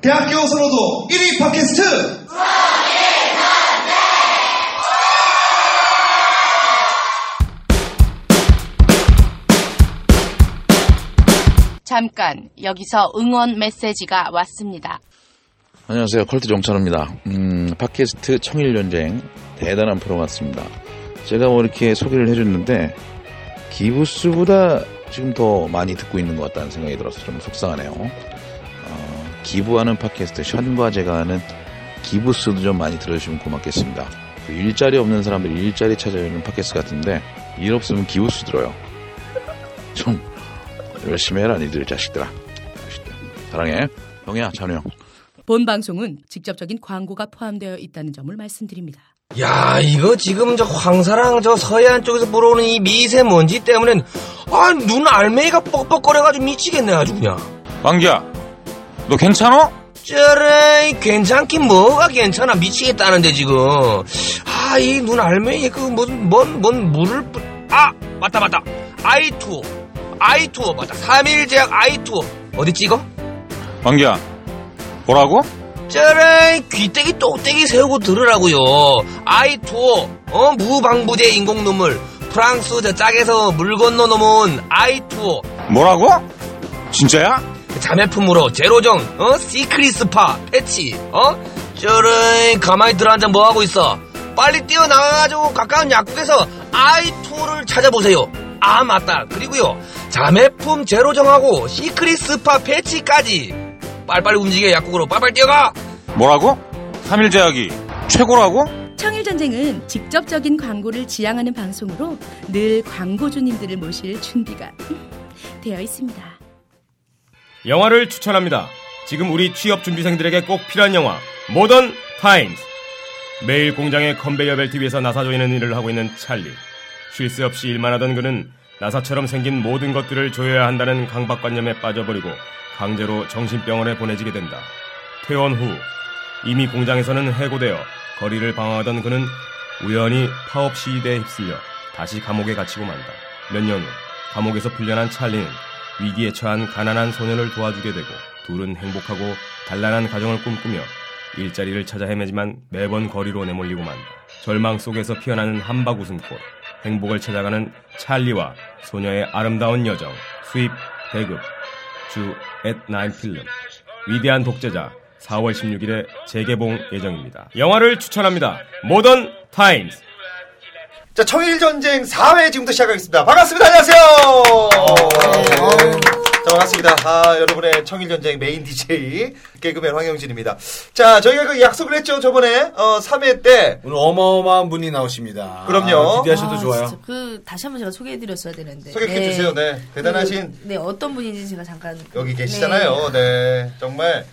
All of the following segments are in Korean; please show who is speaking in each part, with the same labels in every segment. Speaker 1: 대학교 선호도 1위 팟캐스트!
Speaker 2: 잠깐 여기서 응원 메시지가 왔습니다.
Speaker 3: 안녕하세요. 컬트 정찬호입니다. 음, 팟캐스트 청일연쟁 대단한 프로 같습니다. 제가 뭐 이렇게 소개를 해줬는데 기부스보다 지금 더 많이 듣고 있는 것 같다는 생각이 들어서 좀 속상하네요. 어, 기부하는 팟캐스트 션과 제가 하는 기부스도 좀 많이 들어주시면 고맙겠습니다. 그 일자리 없는 사람들 일자리 찾아주는 팟캐스트 같은데 일 없으면 기부스 들어요. 좀 열심히 해라 니들 자식들아. 자식들. 사랑해. 형이야 찬우 형.
Speaker 2: 본 방송은 직접적인 광고가 포함되어 있다는 점을 말씀드립니다.
Speaker 4: 야, 이거 지금 저 황사랑 저 서해안 쪽에서 불어오는 이 미세먼지 때문에 아, 눈 알맹이가 뻑뻑거려가지고 미치겠네 아주 그냥.
Speaker 5: 왕기야, 너 괜찮아?
Speaker 4: 쩌레이 괜찮긴 뭐가 괜찮아 미치겠다는데 지금. 아, 이 눈 알맹이 그 무슨 뭔 뭔 물을 뿌... 아, 맞다 맞다. 아이투어. 아이투어 맞다. 3일 제약 아이투어. 어디 찍어?
Speaker 5: 왕기야, 뭐라고?
Speaker 4: 쩌레이 귀때기 똑때기 세우고 들으라고요. 아이투어 어 무방부제 인공눈물 프랑스 저 짝에서 물 건너 넘어온 아이투어
Speaker 5: 뭐라고? 진짜야?
Speaker 4: 자매품으로 제로정 어 시크릿스파 패치 어 쩌레이 가만히 들어앉아 뭐하고 있어 빨리 뛰어나가가지고 가까운 약국에서 아이투어를 찾아보세요. 아 맞다 그리고요 자매품 제로정하고 시크릿스파 패치까지 빨빨 움직여 약국으로 빨빨 뛰어가.
Speaker 5: 뭐라고? 3일 제약이 최고라고?
Speaker 2: 청일전쟁은 직접적인 광고를 지향하는 방송으로 늘 광고주님들을 모실 준비가 되어 있습니다.
Speaker 6: 영화를 추천합니다. 지금 우리 취업 준비생들에게 꼭 필요한 영화 모던 타임스. 매일 공장의 컨베이어 벨트 위에서 나사 조이는 일을 하고 있는 찰리. 쉴 새 없이 일만 하던 그는 나사처럼 생긴 모든 것들을 조여야 한다는 강박관념에 빠져버리고 강제로 정신병원에 보내지게 된다. 퇴원 후 이미 공장에서는 해고되어 거리를 방황하던 그는 우연히 파업 시위대에 휩쓸려 다시 감옥에 갇히고 만다. 몇 년 후 감옥에서 풀려난 찰리는 위기에 처한 가난한 소년을 도와주게 되고 둘은 행복하고 단란한 가정을 꿈꾸며 일자리를 찾아 헤매지만 매번 거리로 내몰리고 만다. 절망 속에서 피어나는 함박 웃음꽃, 행복을 찾아가는 찰리와 소녀의 아름다운 여정, 수입, 배급, 주 앳나인 필름 위대한 독재자 4월 16일에 재개봉 예정입니다. 영화를 추천합니다. 모던 타임스
Speaker 1: 자, 청일전쟁 4회 지금부터 시작하겠습니다. 반갑습니다. 안녕하세요! 자, 반갑습니다. 아, 여러분의 청일전쟁 메인 DJ 개그맨 황영진입니다. 자, 저희가 그 약속을 했죠. 저번에 어, 3회 때
Speaker 7: 오늘 어마어마한 분이 나오십니다.
Speaker 1: 그럼요.
Speaker 7: 아, 기대하셔도
Speaker 8: 아,
Speaker 7: 좋아요.
Speaker 8: 진짜 그 다시 한번 제가 소개해드렸어야 되는데.
Speaker 1: 소개해 주세요. 네. 대단하신
Speaker 8: 그, 네 어떤 분인지 제가 잠깐
Speaker 1: 여기 계시잖아요. 네. 정말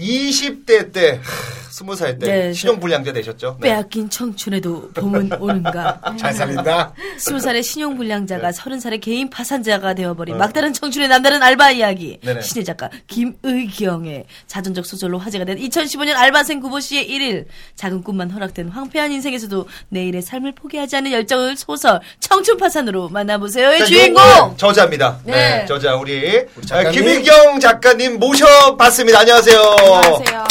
Speaker 1: 20대 때, 하, 20살 때
Speaker 8: 네,
Speaker 1: 신용불량자 되셨죠? 네. 아,
Speaker 8: 빼앗긴 청춘에도 봄은 오는가.
Speaker 7: 잘 살린다.
Speaker 8: 스무 살의
Speaker 1: 네.
Speaker 8: 신용불량자가 서른 살의 개인 파산자가 되어버린 막다른 청춘의 남다른 알바 이야기.
Speaker 1: 네네.
Speaker 8: 신의 작가 김의경의 자전적 소설로 화제가 된 2015년 알바생 구보 씨의 1일. 작은 꿈만 허락된 황폐한 인생에서도 내일의 삶을 포기하지 않는 열정을 소설 청춘 파산으로 만나보세요의
Speaker 1: 자,
Speaker 8: 네, 주인공.
Speaker 1: 요거는 저자입니다. 네.
Speaker 8: 네.
Speaker 1: 저자 우리,
Speaker 7: 작가님.
Speaker 1: 아, 김일경 작가님 모셔봤습니다. 안녕하세요.
Speaker 9: 안녕하세요.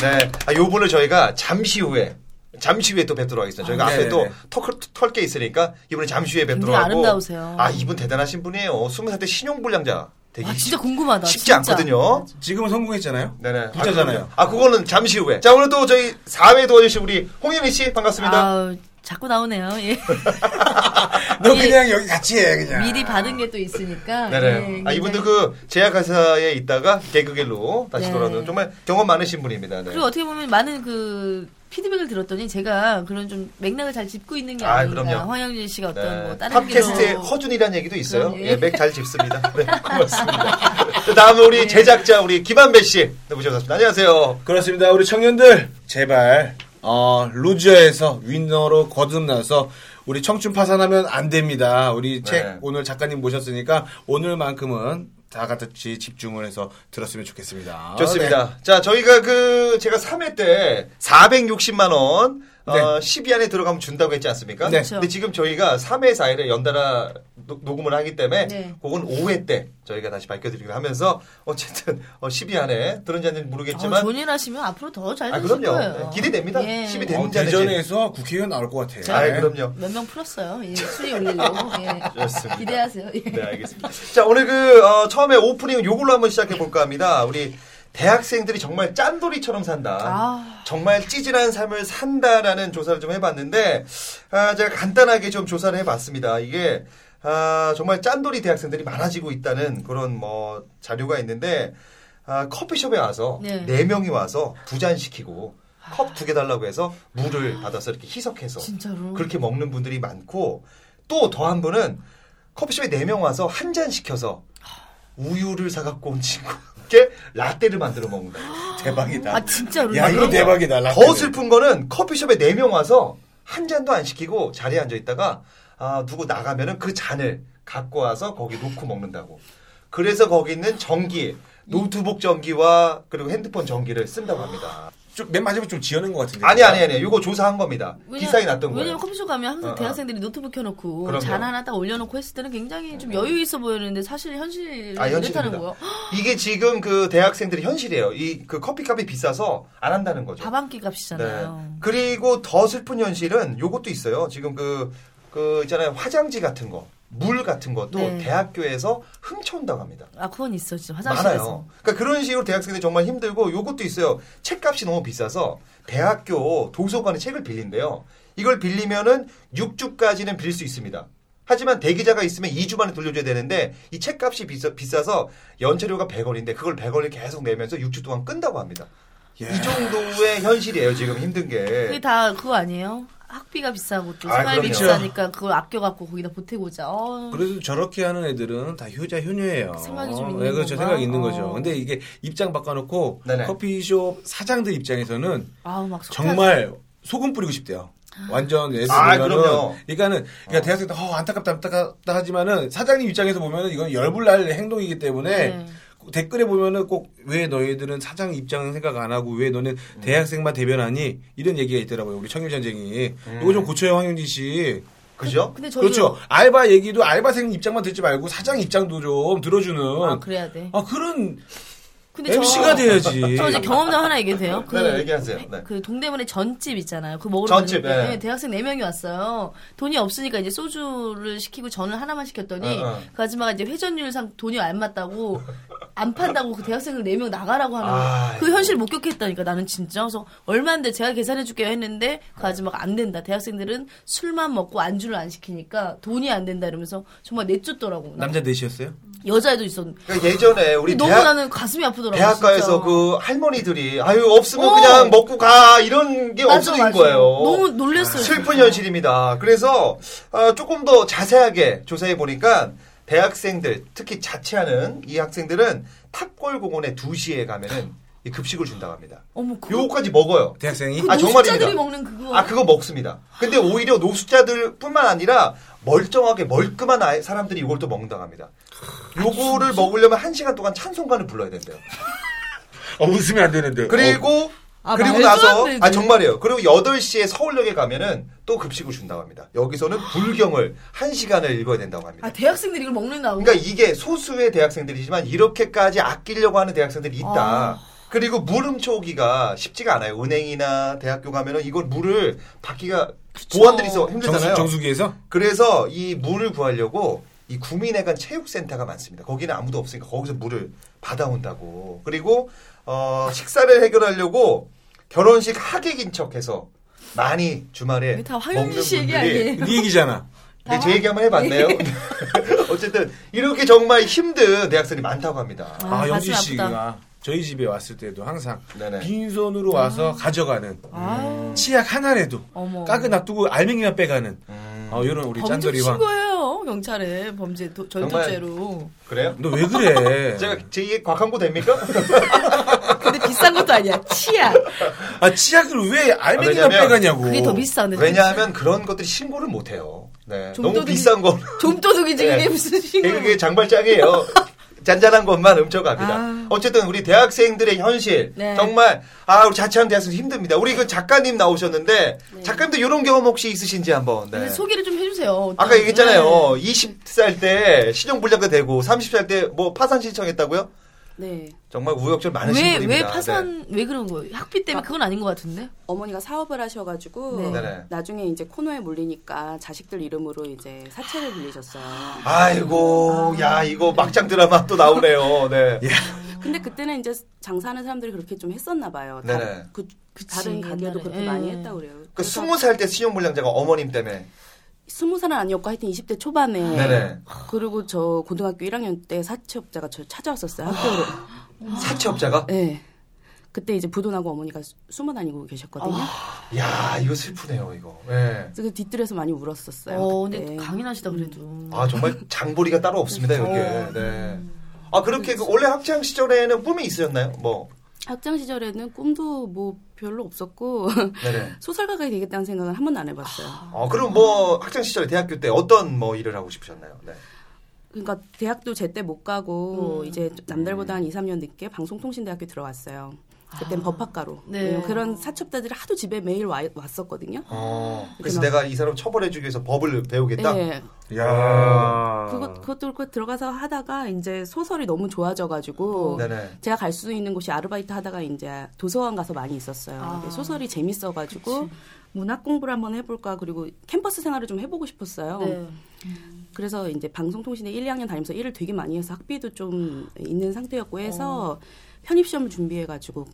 Speaker 1: 네. 아, 요분을 저희가 잠시 후에 잠시 후에 또 뵙도록 하겠습니다. 저희가 앞에
Speaker 7: 아, 네네네.
Speaker 1: 또털게 있으니까 이번에 잠시 후에 뵙도록
Speaker 8: 굉장히
Speaker 1: 하고.
Speaker 8: 아름다우세요.
Speaker 1: 아 이분 대단하신 분이에요. 스무 살때 신용불량자 되기
Speaker 8: 아 진짜 궁금하다.
Speaker 1: 쉽지
Speaker 8: 진짜.
Speaker 1: 않거든요.
Speaker 7: 지금은 성공했잖아요.
Speaker 1: 네네.
Speaker 7: 부자잖아요.
Speaker 1: 아, 그럼요. 아, 그거는 잠시 후에. 자, 오늘 또 저희 4회 도와주신 우리 홍윤희 씨 반갑습니다.
Speaker 8: 아우, 자꾸 나오네요. 예.
Speaker 7: 너
Speaker 8: 아니,
Speaker 7: 그냥 여기 같이 해 그냥.
Speaker 8: 미리 받은 게 또 있으니까.
Speaker 1: 네네.
Speaker 8: 예,
Speaker 1: 아, 이분도
Speaker 8: 굉장히-
Speaker 1: 그 제약회사에 있다가 개그길로 다시
Speaker 8: 네.
Speaker 1: 돌아오는 정말 경험 많으신 분입니다. 네.
Speaker 8: 그리고 어떻게 보면 많은 그 피드백을 들었더니 제가 그런 좀 맥락을 잘 짚고 있는 게
Speaker 1: 아,
Speaker 8: 아, 닌가
Speaker 1: 그럼요. 네.
Speaker 8: 황영진 씨가 어떤
Speaker 7: 네.
Speaker 8: 뭐 다른
Speaker 1: 팟캐스트의
Speaker 8: 길로- 네.
Speaker 1: 허준이라는 얘기도 있어요.
Speaker 8: 그럼요.
Speaker 1: 예, 맥 잘 짚습니다. 네, 고맙습니다. 그 다음
Speaker 8: 네.
Speaker 1: 우리 제작자 우리 김한배 씨 네, 모셔봤습니다. 안녕하세요.
Speaker 7: 그렇습니다. 우리 청년들 제발 어, 루저에서 윈너로 거듭나서 우리 청춘 파산하면 안 됩니다. 우리 책
Speaker 1: 네.
Speaker 7: 오늘 작가님 모셨으니까 오늘만큼은 다 같이 집중을 해서 들었으면 좋겠습니다. 네.
Speaker 1: 좋습니다. 자, 저희가 그 제가 3회 때 460만 원 어,
Speaker 7: 네.
Speaker 1: 10위 안에 들어가면 준다고 했지 않습니까?
Speaker 6: 네.
Speaker 8: 그렇죠.
Speaker 1: 근데 지금 저희가 3회, 4회를 연달아 노- 녹음을 하기 때문에
Speaker 8: 네.
Speaker 1: 그건 5회 때 저희가 다시 밝혀드리기로 하면서 어쨌든 어, 10위 안에 들은지 않는지 모르겠지만
Speaker 8: 존일 하시면 앞으로 더 잘
Speaker 1: 아,
Speaker 8: 되실
Speaker 1: 그럼요.
Speaker 8: 거예요.
Speaker 1: 네, 기대됩니다.
Speaker 8: 예.
Speaker 1: 10위
Speaker 6: 어,
Speaker 1: 되는지 안 되는지.
Speaker 6: 대전에서 국회의원 나올 것 네. 같아.
Speaker 1: 아, 그럼요.
Speaker 8: 몇 명 풀었어요. 예, 순위 올리려고. 예.
Speaker 1: 좋습니다.
Speaker 8: 기대하세요. 예.
Speaker 1: 네, 알겠습니다. 자, 오늘 그, 어, 처음에 오프닝 요걸로 한번 시작해 볼까 합니다. 우리 대학생들이 정말 짠돌이처럼 산다.
Speaker 8: 아.
Speaker 1: 정말 찌질한 삶을 산다라는 조사를 좀 해봤는데, 아, 제가 간단하게 좀 조사를 해봤습니다. 이게, 아, 정말 짠돌이 대학생들이 많아지고 있다는 그런 뭐 자료가 있는데, 아, 커피숍에 와서
Speaker 8: 네. 아.
Speaker 1: 네 명이 와서 두 잔 시키고 컵 두 개 달라고 해서 물을 받아서 이렇게 희석해서
Speaker 8: 진짜로.
Speaker 1: 그렇게 먹는 분들이 많고 또 더 한 분은 커피숍에 네 명 와서 한 잔 시켜서 우유를 사갖고 온 친구께 라떼를 만들어 먹는다.
Speaker 6: 대박이다.
Speaker 8: 아, 진짜로.
Speaker 6: 야, 이거 대박이다. 라떼.
Speaker 1: 더 슬픈 거는 커피숍에 네 명 와서 한 잔도 안 시키고 자리에 앉아 있다가 아, 누구 나가면은 그 잔을 갖고 와서 거기 놓고 먹는다고. 그래서 거기 있는 전기, 노트북 전기와 그리고 핸드폰 전기를 쓴다고 합니다.
Speaker 6: 좀, 맨 마지막에 좀 지어낸 것 같은데.
Speaker 1: 아니 아니 아니. 이거 조사한 겁니다. 기사에 났던 거예요.
Speaker 8: 왜냐면 커피숍 가면 항상
Speaker 1: 어, 어.
Speaker 8: 대학생들이 노트북 켜놓고
Speaker 1: 그럼요.
Speaker 8: 잔 하나 딱 올려놓고 했을 때는 굉장히 좀 여유 있어 보이는데 사실 현실은
Speaker 1: 아,
Speaker 8: 그렇다는
Speaker 1: 현실입니다.
Speaker 8: 거예요.
Speaker 1: 이게 지금 그 대학생들이 현실이에요. 이 그 커피값이 비싸서 안 한다는 거죠. 네.
Speaker 8: 밥 한 끼 값이잖아요.
Speaker 1: 그리고 더 슬픈 현실은 요것도 있어요. 지금 그, 그 있잖아요. 화장지 같은 거, 물 같은 것도
Speaker 8: 네.
Speaker 1: 대학교에서 훔쳐온다고 합니다.
Speaker 8: 아, 그건 있어, 진짜. 화장실에서.
Speaker 1: 많아요. 그러니까 그런 식으로 대학생들이 정말 힘들고 요것도 있어요. 책값이 너무 비싸서 대학교 도서관에 책을 빌린대요. 이걸 빌리면은 6주까지는 빌릴 수 있습니다. 하지만 대기자가 있으면 2주 만에 돌려줘야 되는데 이 책값이 비싸, 비싸서 연체료가 100원인데 그걸 100원을 계속 내면서 6주 동안 끈다고 합니다.
Speaker 6: 예.
Speaker 1: 이 정도의 현실이에요 지금 힘든 게.
Speaker 8: 그게 다 그거 아니에요? 학비가 비싸고 또
Speaker 1: 아,
Speaker 8: 생활비
Speaker 1: 그럼요.
Speaker 8: 비싸니까 그걸 아껴갖고 거기다 보태고자. 어,
Speaker 6: 그래도 저렇게 하는 애들은 다 효자 효녀예요.
Speaker 8: 그 생각이 좀 있는
Speaker 6: 네, 그렇죠.
Speaker 8: 건가?
Speaker 6: 생각이 있는 거죠.
Speaker 8: 어.
Speaker 6: 근데 이게 입장 바꿔놓고
Speaker 1: 네네.
Speaker 6: 커피숍 사장들 입장에서는
Speaker 8: 아우, 막 속상-
Speaker 6: 정말 소금 뿌리고 싶대요. 완전 예술은
Speaker 1: 아, 그럼요.
Speaker 6: 그러니까는 그러니까 대학생들 어, 안타깝다 안타깝다 하지만은 사장님 입장에서 보면은 이건 열불 날 행동이기 때문에
Speaker 8: 네.
Speaker 6: 댓글에 보면은 꼭 왜 너희들은 사장 입장 생각 안 하고 왜 너는 대학생만 대변하니 이런 얘기가 있더라고요. 우리 청일 전쟁이 이거 좀 고쳐요 황영진 씨.
Speaker 1: 음. 그죠?
Speaker 8: 근데 저는
Speaker 6: 그렇죠. 알바 얘기도 알바생 입장만 듣지 말고 사장 입장도 좀 들어주는
Speaker 8: 아, 그래야 돼.
Speaker 6: 아, 그런
Speaker 8: 근데
Speaker 6: MC가 돼야지.
Speaker 8: 저 이제 경험담 하나 얘기해도 돼요? 그,
Speaker 1: 네네, 얘기하세요. 네.
Speaker 8: 그 동대문에 전집 있잖아요. 그 먹으러
Speaker 1: 전집,
Speaker 8: 갔는데
Speaker 1: 예.
Speaker 8: 네, 대학생 4명이 왔어요. 돈이 없으니까 이제 소주를 시키고 전을 하나만 시켰더니
Speaker 1: 어, 어.
Speaker 8: 그 아줌마가 이제 회전율상 돈이 안 맞다고 안 판다고 그 대학생들 4명 나가라고 하는
Speaker 1: 아,
Speaker 8: 거예요. 그 현실 목격했다니까 나는 진짜. 그래서 얼마인데 제가 계산해 줄게요 했는데 그 아줌마가 안 된다. 대학생들은 술만 먹고 안주를 안 시키니까 돈이 안 된다 이러면서 정말 내쫓더라고. 나
Speaker 6: 남자 넷이었어요?
Speaker 8: 여자애도 있었는데
Speaker 1: 그러니까 예전에 우리
Speaker 8: 너무
Speaker 1: 대학,
Speaker 8: 나는 가슴이 아프더라고.
Speaker 1: 대학가에서
Speaker 8: 진짜.
Speaker 1: 그 할머니들이 아유 없으면
Speaker 8: 어.
Speaker 1: 그냥 먹고 가 이런 게 없어진 거예요.
Speaker 8: 너무 놀랬어요.
Speaker 1: 슬픈 현실입니다. 그래서 아, 조금 더 자세하게 조사해 보니까 대학생들 특히 자취하는 이 학생들은 탑골공원에 2시에 가면은 이 급식을 준다고 합니다.
Speaker 8: 어머 그
Speaker 1: 요거까지 먹어요.
Speaker 6: 대학생이?
Speaker 8: 그
Speaker 1: 아, 정말입니다.
Speaker 8: 노숙자들이 먹는 그거.
Speaker 1: 아 그거 먹습니다. 근데 오히려 노숙자들뿐만 아니라 멀쩡하게 멀끔한 아이- 사람들이 이걸 또 먹는다고 합니다.
Speaker 6: 아,
Speaker 1: 요거를 먹으려면 1시간 동안 찬송가를 불러야 된대요.
Speaker 6: 어, 웃으면 안 되는데.
Speaker 1: 그리고
Speaker 8: 아,
Speaker 1: 그리고
Speaker 8: 말도 안
Speaker 1: 나서
Speaker 8: 되지.
Speaker 1: 아 정말이에요. 그리고 8시에 서울역에 가면은 또 급식을 준다고 합니다. 여기서는 불경을 1시간을 읽어야 된다고 합니다.
Speaker 8: 아, 대학생들이 이걸 먹는다고.
Speaker 1: 그러니까 이게 소수의 대학생들이지만 이렇게까지 아끼려고 하는 대학생들이 있다. 그리고 물 훔쳐오기가 쉽지가 않아요. 은행이나 대학교 가면은 이걸 물을 받기가 보안들이 있어 힘들잖아요.
Speaker 6: 정수, 기에서
Speaker 1: 그래서 이 물을 구하려고 이 구민회관 체육센터가 많습니다. 거기는 아무도 없으니까 거기서 물을 받아온다고. 그리고 어, 식사를 해결하려고 결혼식 하객인 척해서 많이 주말에
Speaker 8: 이게 다
Speaker 1: 먹는
Speaker 8: 황윤진 씨 얘기
Speaker 1: 분들이
Speaker 8: 아니에요?
Speaker 6: 네 얘기잖아.
Speaker 1: 네, 제 얘기 한번 해봤네요. 어쨌든 이렇게 정말 힘든 대학생이 많다고 합니다.
Speaker 8: 아,
Speaker 6: 아, 영진
Speaker 8: 가슴
Speaker 6: 씨가 저희 집에 왔을 때도 항상
Speaker 1: 네네.
Speaker 6: 빈손으로 와서 가져가는
Speaker 1: 네.
Speaker 8: 아,
Speaker 6: 치약 하나라도
Speaker 8: 어머.
Speaker 6: 깎아 놔두고 알맹이만 빼가는 어, 이런 우리
Speaker 8: 범죄
Speaker 6: 짠돌이 왕.
Speaker 8: 신고해요 경찰에 범죄 도, 절도죄로.
Speaker 1: 그래요?
Speaker 6: 너 왜 그래?
Speaker 1: 제가 제2의 곽한구 됩니까?
Speaker 8: 근데 비싼 것도 아니야. 치약.
Speaker 6: 아 치약을 왜 알맹이만
Speaker 1: 왜냐면
Speaker 6: 빼가냐고.
Speaker 8: 그게 더 비싼데.
Speaker 1: 왜냐하면 그런 것들이 신고를 못해요. 네,
Speaker 8: 좀
Speaker 1: 너무
Speaker 8: 또
Speaker 1: 비싼 거.
Speaker 8: 좀도둑이지
Speaker 1: 네.
Speaker 8: 이게 무슨 신고?
Speaker 1: 그게 장발장이에요. 잔잔한 것만 훔쳐갑니다.
Speaker 10: 아.
Speaker 1: 어쨌든 우리 대학생들의 현실
Speaker 10: 네.
Speaker 1: 정말 아 우리 자취하는 대학생 힘듭니다. 우리 그 작가님 나오셨는데
Speaker 8: 네.
Speaker 1: 작가님도 이런 경험 혹시 있으신지 한번. 네.
Speaker 10: 근데 소개를 좀 해주세요. 어떤-
Speaker 1: 아까 얘기했잖아요.
Speaker 10: 네.
Speaker 1: 20살 때 신용불량도 되고 30살 때 뭐 파산 신청했다고요?
Speaker 8: 네.
Speaker 1: 정말 우여곡절 많으신
Speaker 10: 왜,
Speaker 1: 분입니다. 네.
Speaker 10: 왜 파산, 왜 그런 거예요? 학비 때문에 그건 아닌 것 같은데?
Speaker 8: 어머니가 사업을 하셔가지고
Speaker 1: 네. 네네.
Speaker 8: 나중에 이제 코너에 몰리니까 자식들 이름으로 이제 사채를 빌리셨어요.
Speaker 1: 네. 아이고, 야 이거 막장 드라마 또 나오네요. 네.
Speaker 8: 예. 근데 그때는 이제 장사하는 사람들이 그렇게 좀 했었나 봐요. 다-
Speaker 1: 네네.
Speaker 8: 그, 다른 가게도
Speaker 10: 옛날에.
Speaker 8: 그렇게
Speaker 10: 예.
Speaker 8: 많이 했다고 그래요.
Speaker 1: 그
Speaker 8: 그래서
Speaker 1: 스무 살 때 신용불량자가 어머님 때문에.
Speaker 8: 스무 살은 아니었고 하여튼 20대 초반에
Speaker 1: 네네.
Speaker 8: 그리고 저 고등학교 1학년 때 사채업자가 저 찾아왔었어요 학교로.
Speaker 1: 사채업자가?
Speaker 8: 네. 그때 이제 부도나고 어머니가 수- 숨어 다니고 계셨거든요.
Speaker 1: 야 이거 슬프네요 이거. 예.
Speaker 8: 그래서 뒷뜰에서 많이 울었었어요.
Speaker 10: 어,
Speaker 8: 그때.
Speaker 10: 근데 강인하시다 그래도.
Speaker 1: 아 정말 장보리가 따로 없습니다 여기. 네. 아 그렇게 그 원래 학창 시절에는 꿈이 있으셨나요? 뭐.
Speaker 8: 학창 시절에는 꿈도 뭐 별로 없었고
Speaker 1: 네네.
Speaker 8: 소설가가 되겠다는 생각은 한 번도 안 해봤어요.
Speaker 10: 아,
Speaker 1: 어 그럼 뭐 학창 시절 대학교 때 어떤 뭐 일을 하고 싶으셨나요? 네.
Speaker 8: 그러니까 대학도 제때 못 가고 이제 좀 남들보다 한 2, 3년 늦게 방송통신대학교 들어갔어요. 그땐 법학과로.
Speaker 10: 네.
Speaker 8: 왜냐면 뭐 그런 사첩자들이 하도 집에 매일 와- 왔었거든요.
Speaker 1: 어, 그래서
Speaker 8: 이렇게
Speaker 1: 내가 이 사람 처벌해주기 위해서 법을 배우겠다.
Speaker 8: 네.
Speaker 5: 야
Speaker 8: 그것, 그것도 그렇고 들어가서 하다가 이제 소설이 너무
Speaker 10: 어.
Speaker 8: 좋아져가지고
Speaker 1: 어, 네네.
Speaker 8: 제가 갈 수 있는 곳이 아르바이트 하다가 이제 도서관 가서 많이 있었어요.
Speaker 10: 아.
Speaker 8: 근데 소설이 재밌어가지고 문학 공부를 한번 해볼까 그리고 캠퍼스 생활을 좀 해보고 싶었어요.
Speaker 10: 네.
Speaker 8: 그래서 이제 방송통신에 1, 2학년 다니면서 일을 되게 많이 해서 학비도 좀 있는 상태였고 해서
Speaker 10: 어.
Speaker 8: 편입 시험을 준비해가지고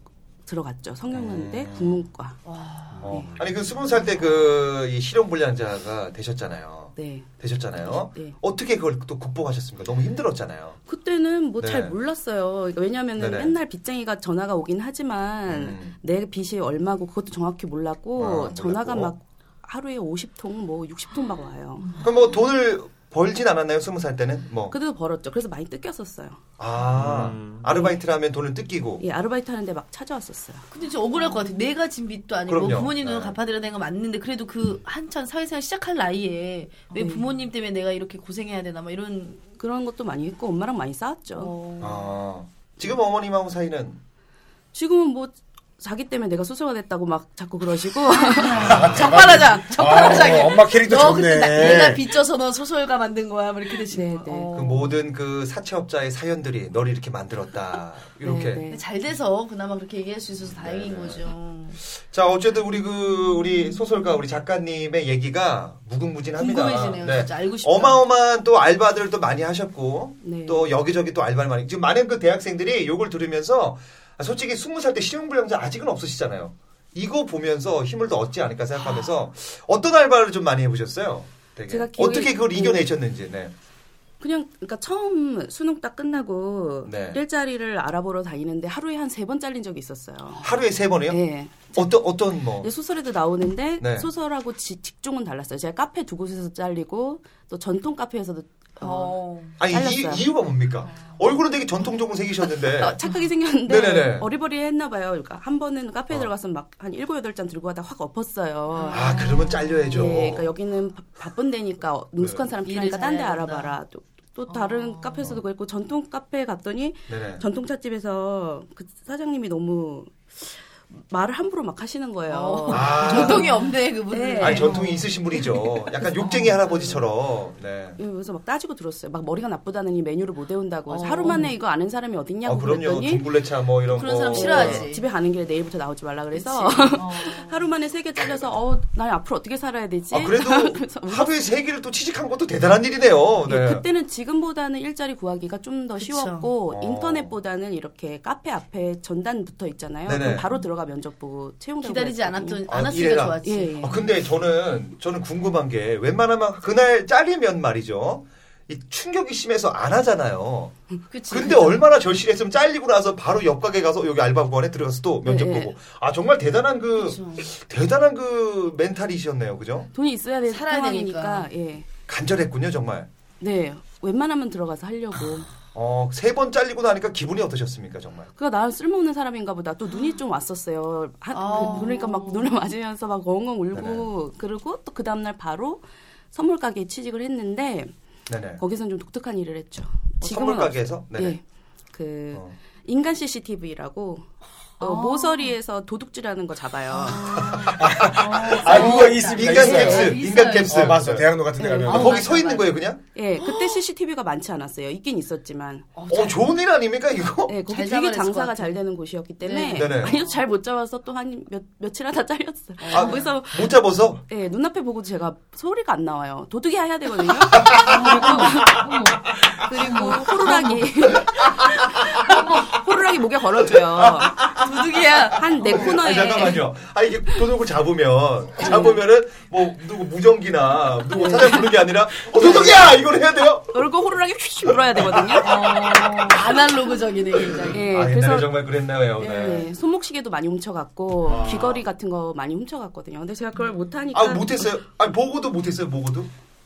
Speaker 8: 들어갔죠. 성형외대 국문과.
Speaker 1: 어. 아니 그 스무 살 때 그 실현 불량자가 되셨잖아요.
Speaker 8: 네.
Speaker 1: 되셨잖아요.
Speaker 8: 네.
Speaker 1: 어떻게 그걸 또 극복하셨습니까? 너무 힘들었잖아요.
Speaker 8: 그때는 뭐
Speaker 1: 네.
Speaker 8: 잘 몰랐어요. 그러니까 왜냐하면은
Speaker 1: 네네.
Speaker 8: 맨날 빚쟁이가 전화가 오긴 하지만
Speaker 1: 음.
Speaker 8: 내 빚이 얼마고 그것도 정확히 몰랐고
Speaker 1: 아, 몰랐고.
Speaker 8: 전화가 막 하루에 50통 뭐 60통 막 와요.
Speaker 1: 그럼 뭐 돈을 벌진 않았나요? 스무 살 때는 뭐.
Speaker 8: 그래도 벌었죠. 그래서 많이 뜯겼었어요.
Speaker 1: 아 아르바이트를 하면 돈을 뜯기고.
Speaker 8: 예, 아르바이트 하는데 막 찾아왔었어요.
Speaker 10: 근데 진짜 억울할 것 같아. 내가 진 빚도 아니고
Speaker 8: 뭐
Speaker 1: 그럼요.
Speaker 10: 부모님 돈을
Speaker 1: 네.
Speaker 10: 갚아드려야 되는 건 맞는데 그래도 그 한참 사회생활 시작할 나이에 왜 부모님 때문에 내가 이렇게 고생해야 되나 막 이런
Speaker 8: 음. 그런 것도 많이 했고 엄마랑 많이 싸웠죠.
Speaker 10: 어.
Speaker 1: 아 지금 어머님하고 사이는
Speaker 8: 지금은 뭐 자기 때문에 내가 수소가 됐다고 막 자꾸 그러시고
Speaker 10: 아, 네.
Speaker 1: 네.
Speaker 10: 적발하자. 적발하자.
Speaker 1: 어,
Speaker 5: 아, 엄마 캐릭터
Speaker 10: 너
Speaker 5: 좋네.
Speaker 10: 그때 나- 내가 빚져서 너 소설가 만든 거야. 막 이렇게 되시는
Speaker 8: 네,
Speaker 10: 거.
Speaker 8: 네.
Speaker 1: 그 모든 그 사채업자의 사연들이 너를 이렇게 만들었다 이렇게. 네,
Speaker 8: 네, 네.
Speaker 10: 근데 잘 돼서 그나마 그렇게 얘기할 수 있어서 다행인 거죠.
Speaker 1: 자 어쨌든 우리 그 우리 소설가 우리 작가님의 얘기가 무궁무진합니다.
Speaker 10: 궁금해지네요. 진짜 알고 싶다.
Speaker 1: 어마어마한 또 알바들을 또 많이 하셨고
Speaker 8: 네.
Speaker 1: 또 여기저기 또 알바를 많이 지금 많은 그 대학생들이 요걸 들으면서 아, 솔직히 20살 때 실용불량자 아직은 없으시잖아요. 이거 보면서 힘을 더 얻지 않을까 생각하면서 어떤 알바를 좀 많이 해보셨어요? 되게.
Speaker 8: 제가 기억이-
Speaker 1: 어떻게 그걸 이겨내셨는지. 네.
Speaker 8: 그냥 그러니까 처음 수능 딱 끝나고
Speaker 1: 네.
Speaker 8: 일자리를 알아보러 다니는데 하루에 한 세 번 잘린 적이 있었어요.
Speaker 1: 하루에 세 번이요?
Speaker 8: 네.
Speaker 1: 어떤 어떤 뭐?
Speaker 8: 이제 소설에도 나오는데
Speaker 1: 네.
Speaker 8: 소설하고 지- 직종은 달랐어요. 제가 카페 두 곳에서 잘리고 또 전통 카페에서도 어,
Speaker 10: 어.
Speaker 1: 아니
Speaker 8: 잘렸어요. 아.
Speaker 1: 이, 유가 뭡니까? 얼굴은 되게 전통적으로 생기셨는데
Speaker 8: 어, 착하게 생겼는데
Speaker 1: 네네네.
Speaker 8: 어리버리했나 봐요. 그러니까 한 번은 카페에 들어가서 막 한 일곱 여덟 잔 들고 가다가 확 엎었어요.
Speaker 1: 아 그러면 잘려야죠.
Speaker 8: 네, 그러니까 여기는 바, 바쁜 데니까 어, 능숙한 사람 필요하니까
Speaker 10: 일을
Speaker 8: 딴 데
Speaker 10: 잘해야 된다. 어.
Speaker 8: 알아봐라. 또, 또 다른 카페에서도 그랬고 전통 카페에 갔더니
Speaker 1: 네네.
Speaker 8: 전통 찻집에서 그 사장님이 너무 말을 함부로 막 하시는 거예요.
Speaker 1: 아.
Speaker 10: 어. 전통이 없네 그분.
Speaker 8: 네.
Speaker 1: 아니 전통이 있으신 분이죠. 약간 욕쟁이 할아버지처럼. 네.
Speaker 8: 예, 그래서 막 따지고 들었어요. 막 머리가 나쁘다느니 메뉴를 못 외운다고 해서 하루 만에 이거 아는 사람이 어딨냐고
Speaker 1: 어, 그럼요.
Speaker 8: 그랬더니
Speaker 1: 둥굴레차 뭐 이런
Speaker 10: 그런
Speaker 1: 거.
Speaker 10: 사람 싫어하지.
Speaker 8: 네, 집에 가는 길에 내일부터 나오지 말라 그래서 하루 만에 세 개 잘려서 어, 나 앞으로 어떻게 살아야 되지?
Speaker 1: 아, 그래도
Speaker 8: 그래서 울었어요.
Speaker 1: 하루에 세 개를 또 취직한 것도 대단한 일이네요.
Speaker 8: 예,
Speaker 1: 네.
Speaker 8: 그때는 지금보다는 일자리 구하기가 좀 더 쉬웠고
Speaker 1: 어.
Speaker 8: 인터넷보다는 이렇게 카페 앞에 전단 붙어 있잖아요.
Speaker 1: 네네.
Speaker 8: 그럼 바로 들어가 면접 보고 채용되고
Speaker 10: 기다리지
Speaker 8: 그랬거든요.
Speaker 10: 않았던
Speaker 1: 아,
Speaker 10: 않았으니까
Speaker 1: 이래라.
Speaker 10: 좋았지.
Speaker 8: 예, 예.
Speaker 1: 아, 근데 저는 저는 궁금한 게 웬만하면 그날 잘리면 말이죠. 이 충격이 심해서 안 하잖아요.
Speaker 10: 그치.
Speaker 1: 근데 얼마나 절실했으면 잘리고 나서 바로 옆 가게 가서 여기 알바 구간에 들어가서 또 면접
Speaker 8: 네, 네.
Speaker 1: 보고. 아 정말 대단한 그 대단한 그 멘탈이셨네요. 그죠?
Speaker 8: 돈이 있어야 되는
Speaker 10: 살아야
Speaker 8: 상황이니까 예.
Speaker 1: 간절했군요, 정말.
Speaker 8: 네. 웬만하면 들어가서 하려고.
Speaker 1: 어, 세 번 잘리고 나니까 기분이 어떠셨습니까, 정말?
Speaker 8: 그러니까 나 쓸모없는 사람인가 보다. 또 눈이 좀 왔었어요. 하-
Speaker 10: 아.
Speaker 8: 그- 그러니까 막 눈을 맞으면서 막 엉엉 울고
Speaker 1: 네,
Speaker 8: 그리고 또 그 다음날 바로 선물 가게에 취직을 했는데
Speaker 1: 네네.
Speaker 8: 거기선 좀 독특한 일을 했죠.
Speaker 1: 어, 선물 가게에서? 네.
Speaker 8: 예. 그
Speaker 1: 어.
Speaker 8: 인간 CCTV라고 어,
Speaker 2: 아.
Speaker 8: 모서리에서 도둑질하는 거 잡아요.
Speaker 5: 아, 이거 있습니다.
Speaker 1: 인간
Speaker 5: 있어요.
Speaker 1: 캡슐, 인간 캡슐.
Speaker 5: 어, 맞아. 대학로 같은 데 가면.
Speaker 1: 아, 거기 서 있는 거예요, 그냥?
Speaker 8: 예, 그때 CCTV가 많지 않았어요. 있긴 있었지만.
Speaker 1: 어, 좋은 일 아닙니까, 이거?
Speaker 8: 네, 거기
Speaker 2: 잘
Speaker 8: 되게
Speaker 2: 잡아냈을 것
Speaker 8: 장사가
Speaker 2: 같아요.
Speaker 8: 잘 되는 곳이었기 때문에
Speaker 1: 네. 네네.
Speaker 8: 아니 잘못 잡아서 또 한 몇 며칠 하다 잘렸어요.
Speaker 1: 아.
Speaker 8: 그래서
Speaker 1: 못 잡아서?
Speaker 8: 예, 눈앞에 보고 제가 소리가 안 나와요. 도둑이 해야 되거든요. 그리고 호루라기 호루라기 목에 걸어줘요. 도둑이야 한 네
Speaker 1: 아니,
Speaker 8: 코너에
Speaker 1: 잠깐만요. 아, 이게 도둑을 잡으면, 잡으면은, 뭐, 누구 무전기나, 누구 사장 부르는 게 아니라, 어, 도둑이야! 이걸 해야 돼요?
Speaker 8: 얼굴 호루라기 휙 물어야 되거든요.
Speaker 10: 아날로그적이네 굉장히.
Speaker 8: 예,
Speaker 1: 아, 옛날에
Speaker 8: 그래서
Speaker 1: 정말 그랬나요,
Speaker 8: 예,
Speaker 1: 네.
Speaker 8: 예, 손목시계도 많이 훔쳐갔고
Speaker 10: 뭐,
Speaker 1: 아.
Speaker 8: 귀걸이 같은 거 많이 훔쳐갔거든요. 근데 제가 그걸 못하니까
Speaker 1: 아, 못했어요. 아니, 보고도 못했어요, 보고도.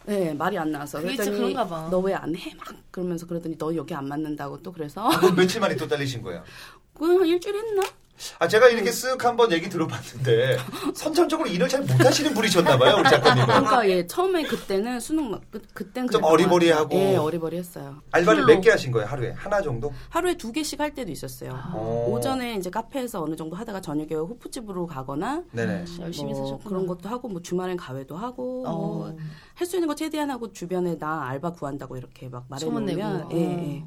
Speaker 8: 네, 말이 안 나와서.
Speaker 10: 그게
Speaker 8: 그랬더니
Speaker 10: 진짜 그런가 봐.
Speaker 8: 너 왜 안 해? 막 그러면서 그러더니 너 여기 안 맞는다고 또 그래서
Speaker 1: 아, 그럼 며칠 만에 또 딸리신 거예요.
Speaker 8: 그건 한 일주일 했나?
Speaker 1: 아, 제가 이렇게 쓱 한번 얘기 들어봤는데, 선천적으로 일을 잘 못하시는 분이셨나봐요, 우리 작가님은.
Speaker 8: 그러니까 예, 처음에 그때는 수능 막 그- 그땐
Speaker 1: 아. 좀
Speaker 8: 그랬던 것
Speaker 1: 어리버리하고.
Speaker 8: 같아요. 예, 어리버리했어요.
Speaker 1: 알바를
Speaker 8: 술로
Speaker 1: 몇 개 하신 거예요, 하루에? 하나 정도?
Speaker 8: 하루에 두 개씩 할 때도 있었어요.
Speaker 1: 오.
Speaker 8: 오전에 이제 카페에서 어느 정도 하다가 저녁에 호프집으로 가거나
Speaker 1: 네네.
Speaker 10: 열심히
Speaker 8: 뭐
Speaker 10: 사셨구나. 어.
Speaker 8: 그런 것도 하고 뭐 주말엔 가회도 하고 뭐 할 수 있는 거 최대한 하고 주변에 나 알바 구한다고 이렇게 막 말해놓으면
Speaker 10: 소문내고. 어.
Speaker 8: 예, 예.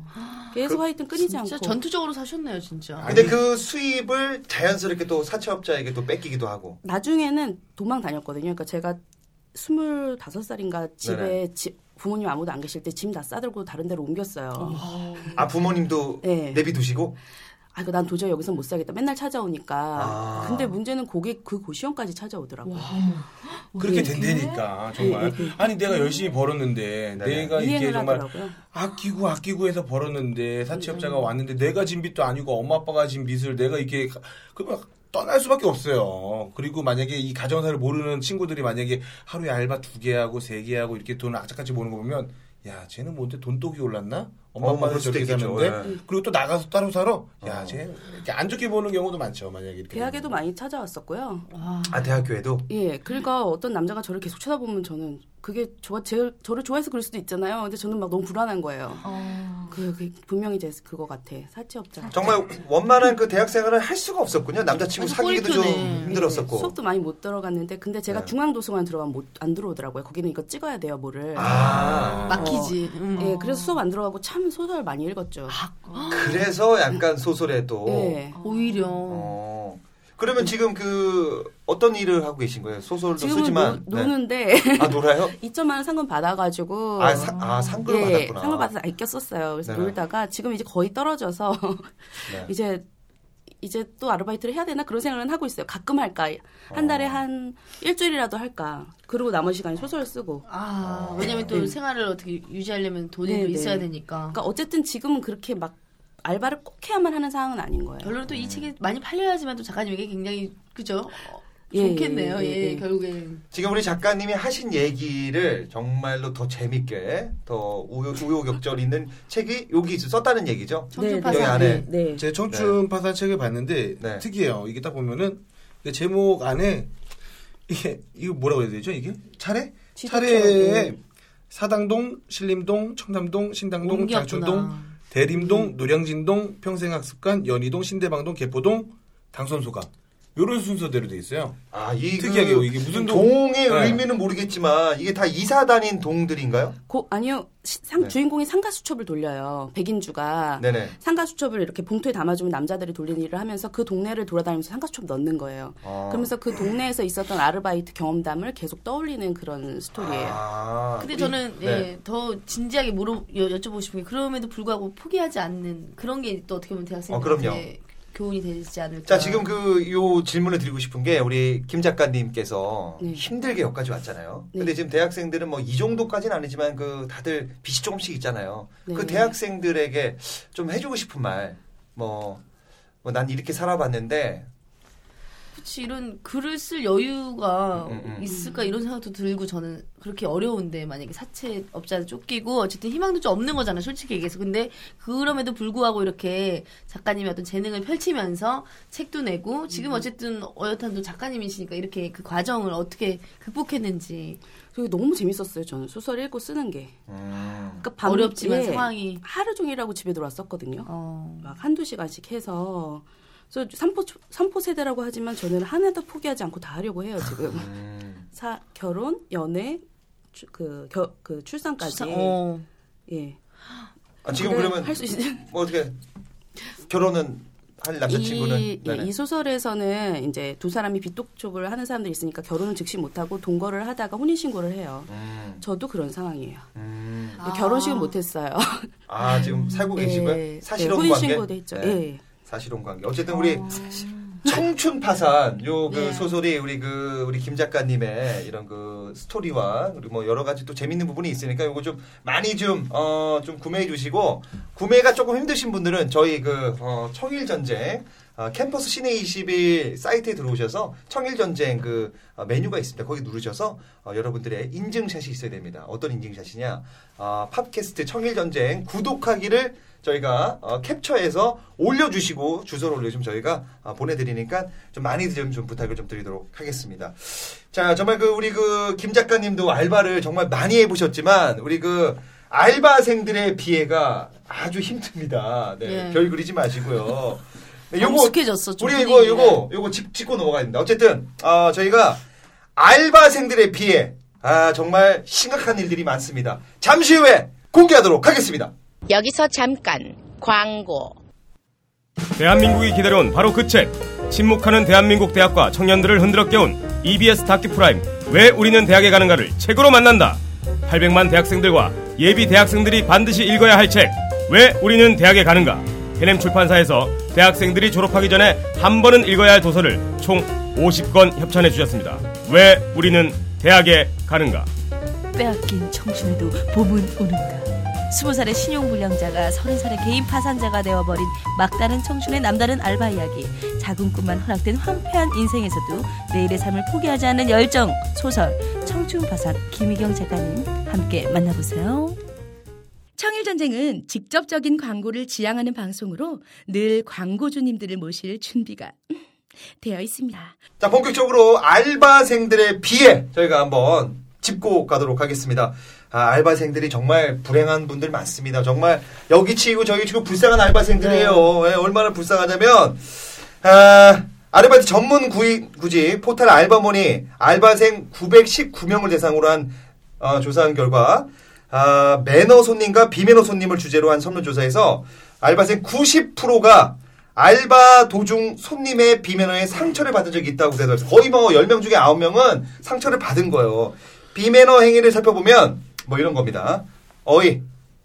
Speaker 8: 계속 화이팅 끊이지 않고
Speaker 10: 진짜 전투적으로 사셨네요 진짜.
Speaker 1: 근데 그 수입을 자연스럽게 또 사채업자에게 또 뺏기기도 하고.
Speaker 8: 나중에는 도망 다녔거든요. 그러니까 제가 25살인가 집에
Speaker 1: 네네.
Speaker 8: 지- 부모님 아무도 안 계실 때 짐 다 싸들고 다른 데로 옮겼어요.
Speaker 1: 아, 부모님도
Speaker 8: 네.
Speaker 1: 내비두시고?
Speaker 8: 아, 그난 도저히 여기서 못 살겠다. 맨날 찾아오니까.
Speaker 1: 아.
Speaker 8: 근데 문제는 그게 그 고시원까지 찾아오더라고요. 예.
Speaker 5: 그렇게 된다니까, 정말. 아니, 내가 열심히 벌었는데,
Speaker 1: 네네.
Speaker 5: 내가 이게
Speaker 8: 이행을
Speaker 5: 정말
Speaker 8: 하더라고요.
Speaker 5: 아끼고 아끼고 해서 벌었는데 사채업자가 왔는데 내가 진 빚도 아니고 엄마 아빠가 진 빚을 내가 이게 가- 그러면 떠날 수밖에 없어요. 그리고 만약에 이 가정사를 모르는 친구들이 만약에 하루에 알바 두 개 하고 세 개 하고 이렇게 돈을 아작같이 모는 거 보면 야 쟤는 뭔데 돈독이 올랐나? 엄마
Speaker 1: 어,
Speaker 5: 아빠는
Speaker 1: 그럴 수도
Speaker 5: 저렇게
Speaker 1: 있겠죠.
Speaker 5: 사는데
Speaker 1: 예.
Speaker 5: 그리고 또 나가서 따로 살아.
Speaker 8: 어.
Speaker 5: 야쟤 이렇게 안 좋게 보는 경우도 많죠. 만약에 이렇게
Speaker 8: 대학에도
Speaker 5: 보면.
Speaker 8: 많이 찾아왔었고요.
Speaker 1: 아, 대학교에도?
Speaker 10: 음.
Speaker 8: 예, 그러니까 어떤 남자가 저를 계속 쳐다보면 저는 그게 저, 제, 저를 좋아해서 그럴 수도 있잖아요. 근데 저는 막 너무 불안한 거예요.
Speaker 10: 어.
Speaker 8: 그, 그 분명히 제 그거 같아. 사채업자.
Speaker 1: 정말 원만한 그 대학 생활을 할 수가 없었군요. 남자친구
Speaker 10: 완전
Speaker 1: 사귀기도 좀
Speaker 10: 꼴표네.
Speaker 1: 힘들었었고.
Speaker 8: 수업도 많이 못 들어갔는데 근데 제가
Speaker 1: 네.
Speaker 8: 중앙도서관 들어가면 못, 안 들어오더라고요. 거기는 이거 찍어야 돼요, 뭐를.
Speaker 1: 아,
Speaker 10: 막히지. 음. 아,
Speaker 8: 예, 그래서 수업 안 들어가고 참 소설 많이 읽었죠.
Speaker 1: 그래서 약간 소설에 또.
Speaker 8: 예.
Speaker 10: 오히려
Speaker 1: 어. 그러면 지금 그 어떤 일을 하고 계신 거예요? 소설도
Speaker 8: 지금은
Speaker 1: 쓰지만.
Speaker 8: 노,
Speaker 1: 네.
Speaker 8: 는데
Speaker 1: 아, 놀아요?
Speaker 8: 2천만 원 상금 받아가지고
Speaker 1: 아, 상, 아 상금을
Speaker 8: 예,
Speaker 1: 받았구나.
Speaker 8: 상금 받아서 아껴 썼어요. 그래서
Speaker 1: 네네.
Speaker 8: 놀다가 지금 이제 거의 떨어져서
Speaker 1: 네.
Speaker 8: 이제 이제 또 아르바이트를 해야 되나 그런 생각은 하고 있어요. 가끔 할까 한
Speaker 1: 어.
Speaker 8: 달에 한 일주일이라도 할까. 그리고 나머지 시간에 소설 쓰고.
Speaker 10: 아 왜냐면 또 생활을 어떻게 유지하려면 돈이
Speaker 8: 네,
Speaker 10: 또
Speaker 8: 네.
Speaker 10: 있어야 되니까.
Speaker 8: 그러니까 어쨌든 지금은 그렇게 막 알바를 꼭 해야만 하는 상황은 아닌 거예요.
Speaker 10: 결론은
Speaker 1: 음.
Speaker 10: 또 이 책이 많이 팔려야지만 또 작가님에게 굉장히 그죠? 어,
Speaker 8: 예,
Speaker 10: 좋겠네요.
Speaker 8: 예,
Speaker 10: 예,
Speaker 8: 예, 예.
Speaker 10: 결국엔
Speaker 1: 지금 우리 작가님이 하신 얘기를 정말로 더 재밌게 더 우여, 우여곡절 있는 책이 여기 있- 썼다는 얘기죠.
Speaker 10: 청춘파산.
Speaker 1: 여기 안에.
Speaker 8: 네.
Speaker 5: 제 청춘 파산 책을 봤는데
Speaker 1: 네.
Speaker 5: 특이해요. 이게 딱 보면은 그 제목 안에 이게 이거 뭐라고 해야 되죠? 이게 차례? 차례에 사당동, 신림동, 청담동, 신당동,
Speaker 10: 옮겼구나.
Speaker 5: 장춘동,
Speaker 6: 음.
Speaker 5: 대림동, 노량진동, 평생학습관, 연희동, 신대방동, 개포동, 당선소감 요런 순서대로 돼 있어요.
Speaker 1: 아, 이
Speaker 5: 특이하게
Speaker 1: 그
Speaker 5: 이게 무슨 동-
Speaker 1: 동의
Speaker 5: 네.
Speaker 1: 의미는 모르겠지만 이게 다 이사 다닌 동들인가요?
Speaker 8: 고, 아니요. 시- 상,
Speaker 1: 네.
Speaker 8: 주인공이 상가 수첩을 돌려요. 백인주가.
Speaker 1: 네네.
Speaker 8: 상가 수첩을 이렇게 봉투에 담아주면 남자들이 돌리는 일을 하면서 그 동네를 돌아다니면서 상가 수첩 넣는 거예요.
Speaker 1: 아.
Speaker 8: 그러면서 그 동네에서 있었던 아르바이트 경험담을 계속 떠올리는 그런 스토리예요.
Speaker 1: 아,
Speaker 10: 근데
Speaker 1: 우리-
Speaker 10: 저는 예,
Speaker 1: 네.
Speaker 10: 더 진지하게 물어 여, 여쭤보고 싶은 게 그럼에도 불구하고 포기하지 않는 그런 게 또 어떻게 보면 대학생들한테
Speaker 1: 어, 그럼요.
Speaker 10: 교훈이 되지 않을까.
Speaker 1: 자, 지금 그, 요 질문을 드리고 싶은 게, 우리 김 작가님께서
Speaker 8: 네.
Speaker 1: 힘들게 여기까지 왔잖아요.
Speaker 8: 네.
Speaker 1: 근데 지금 대학생들은 뭐 이 정도까지는 아니지만 그 다들 빚이 조금씩 있잖아요. 그
Speaker 8: 네.
Speaker 1: 대학생들에게 좀 해주고 싶은 말, 뭐, 뭐 난 이렇게 살아봤는데,
Speaker 8: 그치 이런 글을 쓸 여유가 있을까 이런 생각도 들고 저는 그렇게 어려운데 만약에 사채 업자를 쫓기고 어쨌든 희망도 좀 없는 거잖아요 솔직히 얘기해서 근데 그럼에도 불구하고 이렇게 작가님의 어떤 재능을 펼치면서 책도 내고 지금 어쨌든 어엿한 또 작가님이시니까 이렇게 그 과정을 어떻게 극복했는지
Speaker 11: 그게 너무 재밌었어요. 저는 소설 읽고 쓰는 게. 그러니까 밤-
Speaker 8: 어렵지만
Speaker 11: 예,
Speaker 8: 상황이
Speaker 11: 하루 종일하고 집에 들어왔었거든요.
Speaker 8: 어,
Speaker 11: 막 한두 시간씩 해서 그래서 삼포 삼포 세대라고 하지만 저는 하나도 포기하지 않고 다 하려고 해요 지금
Speaker 1: 아, 네.
Speaker 11: 사 결혼 연애 추- 그, 겨- 그 출산까지
Speaker 8: 상- 어.
Speaker 11: 예
Speaker 1: 아, 지금
Speaker 11: 그래,
Speaker 1: 그러면
Speaker 11: 할수 있는
Speaker 1: 뭐 어떻게 결혼은 할 남자친구는
Speaker 11: 이, 예,
Speaker 1: 네네.
Speaker 11: 이 소설에서는 이제 두 사람이 빚독촉을 하는 사람들이 있으니까 결혼은 즉시 못하고 동거를 하다가 혼인신고를 해요
Speaker 1: 음,
Speaker 11: 저도 그런 상황이에요
Speaker 1: 음.
Speaker 8: 아.
Speaker 11: 결혼식은 못했어요
Speaker 1: 아 지금 살고 계시고요
Speaker 11: 예,
Speaker 1: 사실혼
Speaker 11: 네,
Speaker 1: 관계
Speaker 11: 혼인신고도 했죠
Speaker 1: 네.
Speaker 11: 예.
Speaker 1: 사실혼 관계 어쨌든 우리 청춘 파산 요 그
Speaker 8: 네.
Speaker 1: 소설이 우리 그 우리 김 작가님의 이런 그 스토리와 그리고 뭐 여러 가지 또 재밌는 부분이 있으니까 요거 좀 많이 좀 어 좀 구매해 주시고 구매가 조금 힘드신 분들은 저희 그 어, 청일 전쟁 어, 캠퍼스 시내 21 사이트에 들어오셔서 청일 전쟁 그 어, 메뉴가 있습니다. 거기 누르셔서 어, 여러분들의 인증샷이 있어야 됩니다. 어떤 인증샷이냐? 아, 팟캐스트 청일 전쟁 구독하기를 저희가 어, 캡처해서 올려주시고 주소를 올려주면 저희가 아, 보내드리니까 좀 많이 좀, 좀 부탁을 좀 드리도록 하겠습니다. 자 정말 그 우리 그 김 작가님도 알바를 정말 많이 해보셨지만 우리 그 알바생들의 비애가 아주 힘듭니다. 네,
Speaker 8: 예.
Speaker 1: 별 그리지 마시고요. 네, 요거
Speaker 8: 익숙해졌어 좀
Speaker 1: 우리 이거
Speaker 8: 분위기가.
Speaker 1: 이거 이거 짚, 짚고 넘어가야 됩니다. 어쨌든 아, 저희가 알바생들의 피해 아 정말 심각한 일들이 많습니다. 잠시 후에 공개하도록 하겠습니다.
Speaker 2: 여기서 잠깐 광고.
Speaker 6: 대한민국이 기다려온 바로 그 책. 침묵하는 대한민국 대학과 청년들을 흔들어 깨운 E EBS 다큐 프라임. 왜 우리는 대학에 가는가를 책으로 만난다. 800만 대학생들과 예비 대학생들이 반드시 읽어야 할 책. 왜 우리는 대학에 가는가? 해냄 출판사에서 대학생들이 졸업하기 전에 한 번은 읽어야 할 도서를 총 50권 협찬해 주셨습니다. 왜 우리는 대학에 가는가?
Speaker 8: 빼앗긴 청춘에도 봄은 오는가. 스무 살의 신용불량자가 서른 살의 개인 파산자가 되어버린 막다른 청춘의 남다른 알바 이야기. 작은 꿈만 허락된 황폐한 인생에서도 내일의 삶을 포기하지 않는 열정 소설 청춘 파산 김희경 작가님 함께 만나보세요.
Speaker 12: 청일전쟁은 직접적인 광고를 지향하는 방송으로 늘 광고주님들을 모실 준비가 음, 되어 있습니다.
Speaker 1: 자 본격적으로 알바생들의 피해 저희가 한번 짚고 가도록 하겠습니다. 아, 알바생들이 정말 불행한 분들 많습니다. 정말 여기 치고 저기 치고 불쌍한 알바생들이에요. 예, 얼마나 불쌍하냐면 아, 아르바이트 전문 구이, 구직 포털 알바몬이 알바생 919명을 대상으로 한 어, 조사한 결과 아, 매너 손님과 비매너 손님을 주제로 한 설문조사에서 알바생 90%가 알바 도중 손님의 비매너에 상처를 받은 적이 있다고 대답했어요. 거의 뭐 10명 중에 9명은 상처를 받은 거예요. 비매너 행위를 살펴보면 뭐 이런 겁니다. 어이,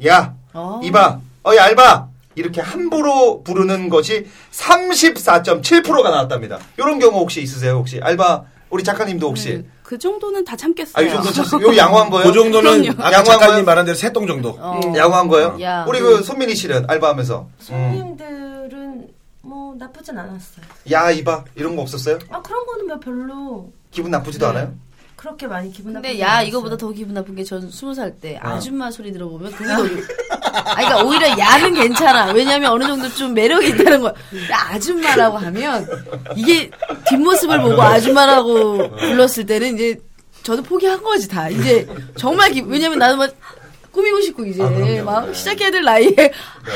Speaker 1: 야,
Speaker 8: 어.
Speaker 1: 이봐, 어이 알바 이렇게 함부로 부르는 것이 34.7%가 나왔답니다. 이런 경우 혹시 있으세요? 혹시 알바 우리 작가님도 혹시
Speaker 11: 그 정도는 다 참겠어요
Speaker 1: 아 이 정도 쳤어요? 요 양호한 거예요?
Speaker 13: 그 정도는
Speaker 11: 그럼요.
Speaker 13: 아까
Speaker 1: 양호한 거예요?
Speaker 13: 작가님 말한 대로 세동 정도. 음.
Speaker 1: 음, 양호한 거예요?
Speaker 8: 어. 야.
Speaker 1: 우리 그 손민희 씨는 알바하면서
Speaker 14: 손님들은 뭐 나쁘진 않았어요.
Speaker 1: 야 이봐 이런 거 없었어요?
Speaker 14: 아 그런 거는 뭐 별로
Speaker 1: 기분 나쁘지도
Speaker 8: 네.
Speaker 1: 않아요?
Speaker 14: 그렇게 많이 기분 나쁘지
Speaker 8: 근데 야
Speaker 14: 않았어요.
Speaker 8: 이거보다 더 기분 나쁜 게 전 스무 살 때
Speaker 1: 어.
Speaker 8: 아줌마 소리 들어보면 그게 더 기분- 아 그러니까 오히려 야는 괜찮아 왜냐하면 어느 정도 좀 매력이 있다는 거야 근데 아줌마라고 하면 이게 뒷모습을 보고 아줌마라고 불렀을 때는 이제 저도 포기한 거지 다 이제 정말 기, 왜냐면 나도 막 꾸미고 싶고 이제
Speaker 1: 아, 그럼요. 네.
Speaker 8: 막 시작해야 될 나이에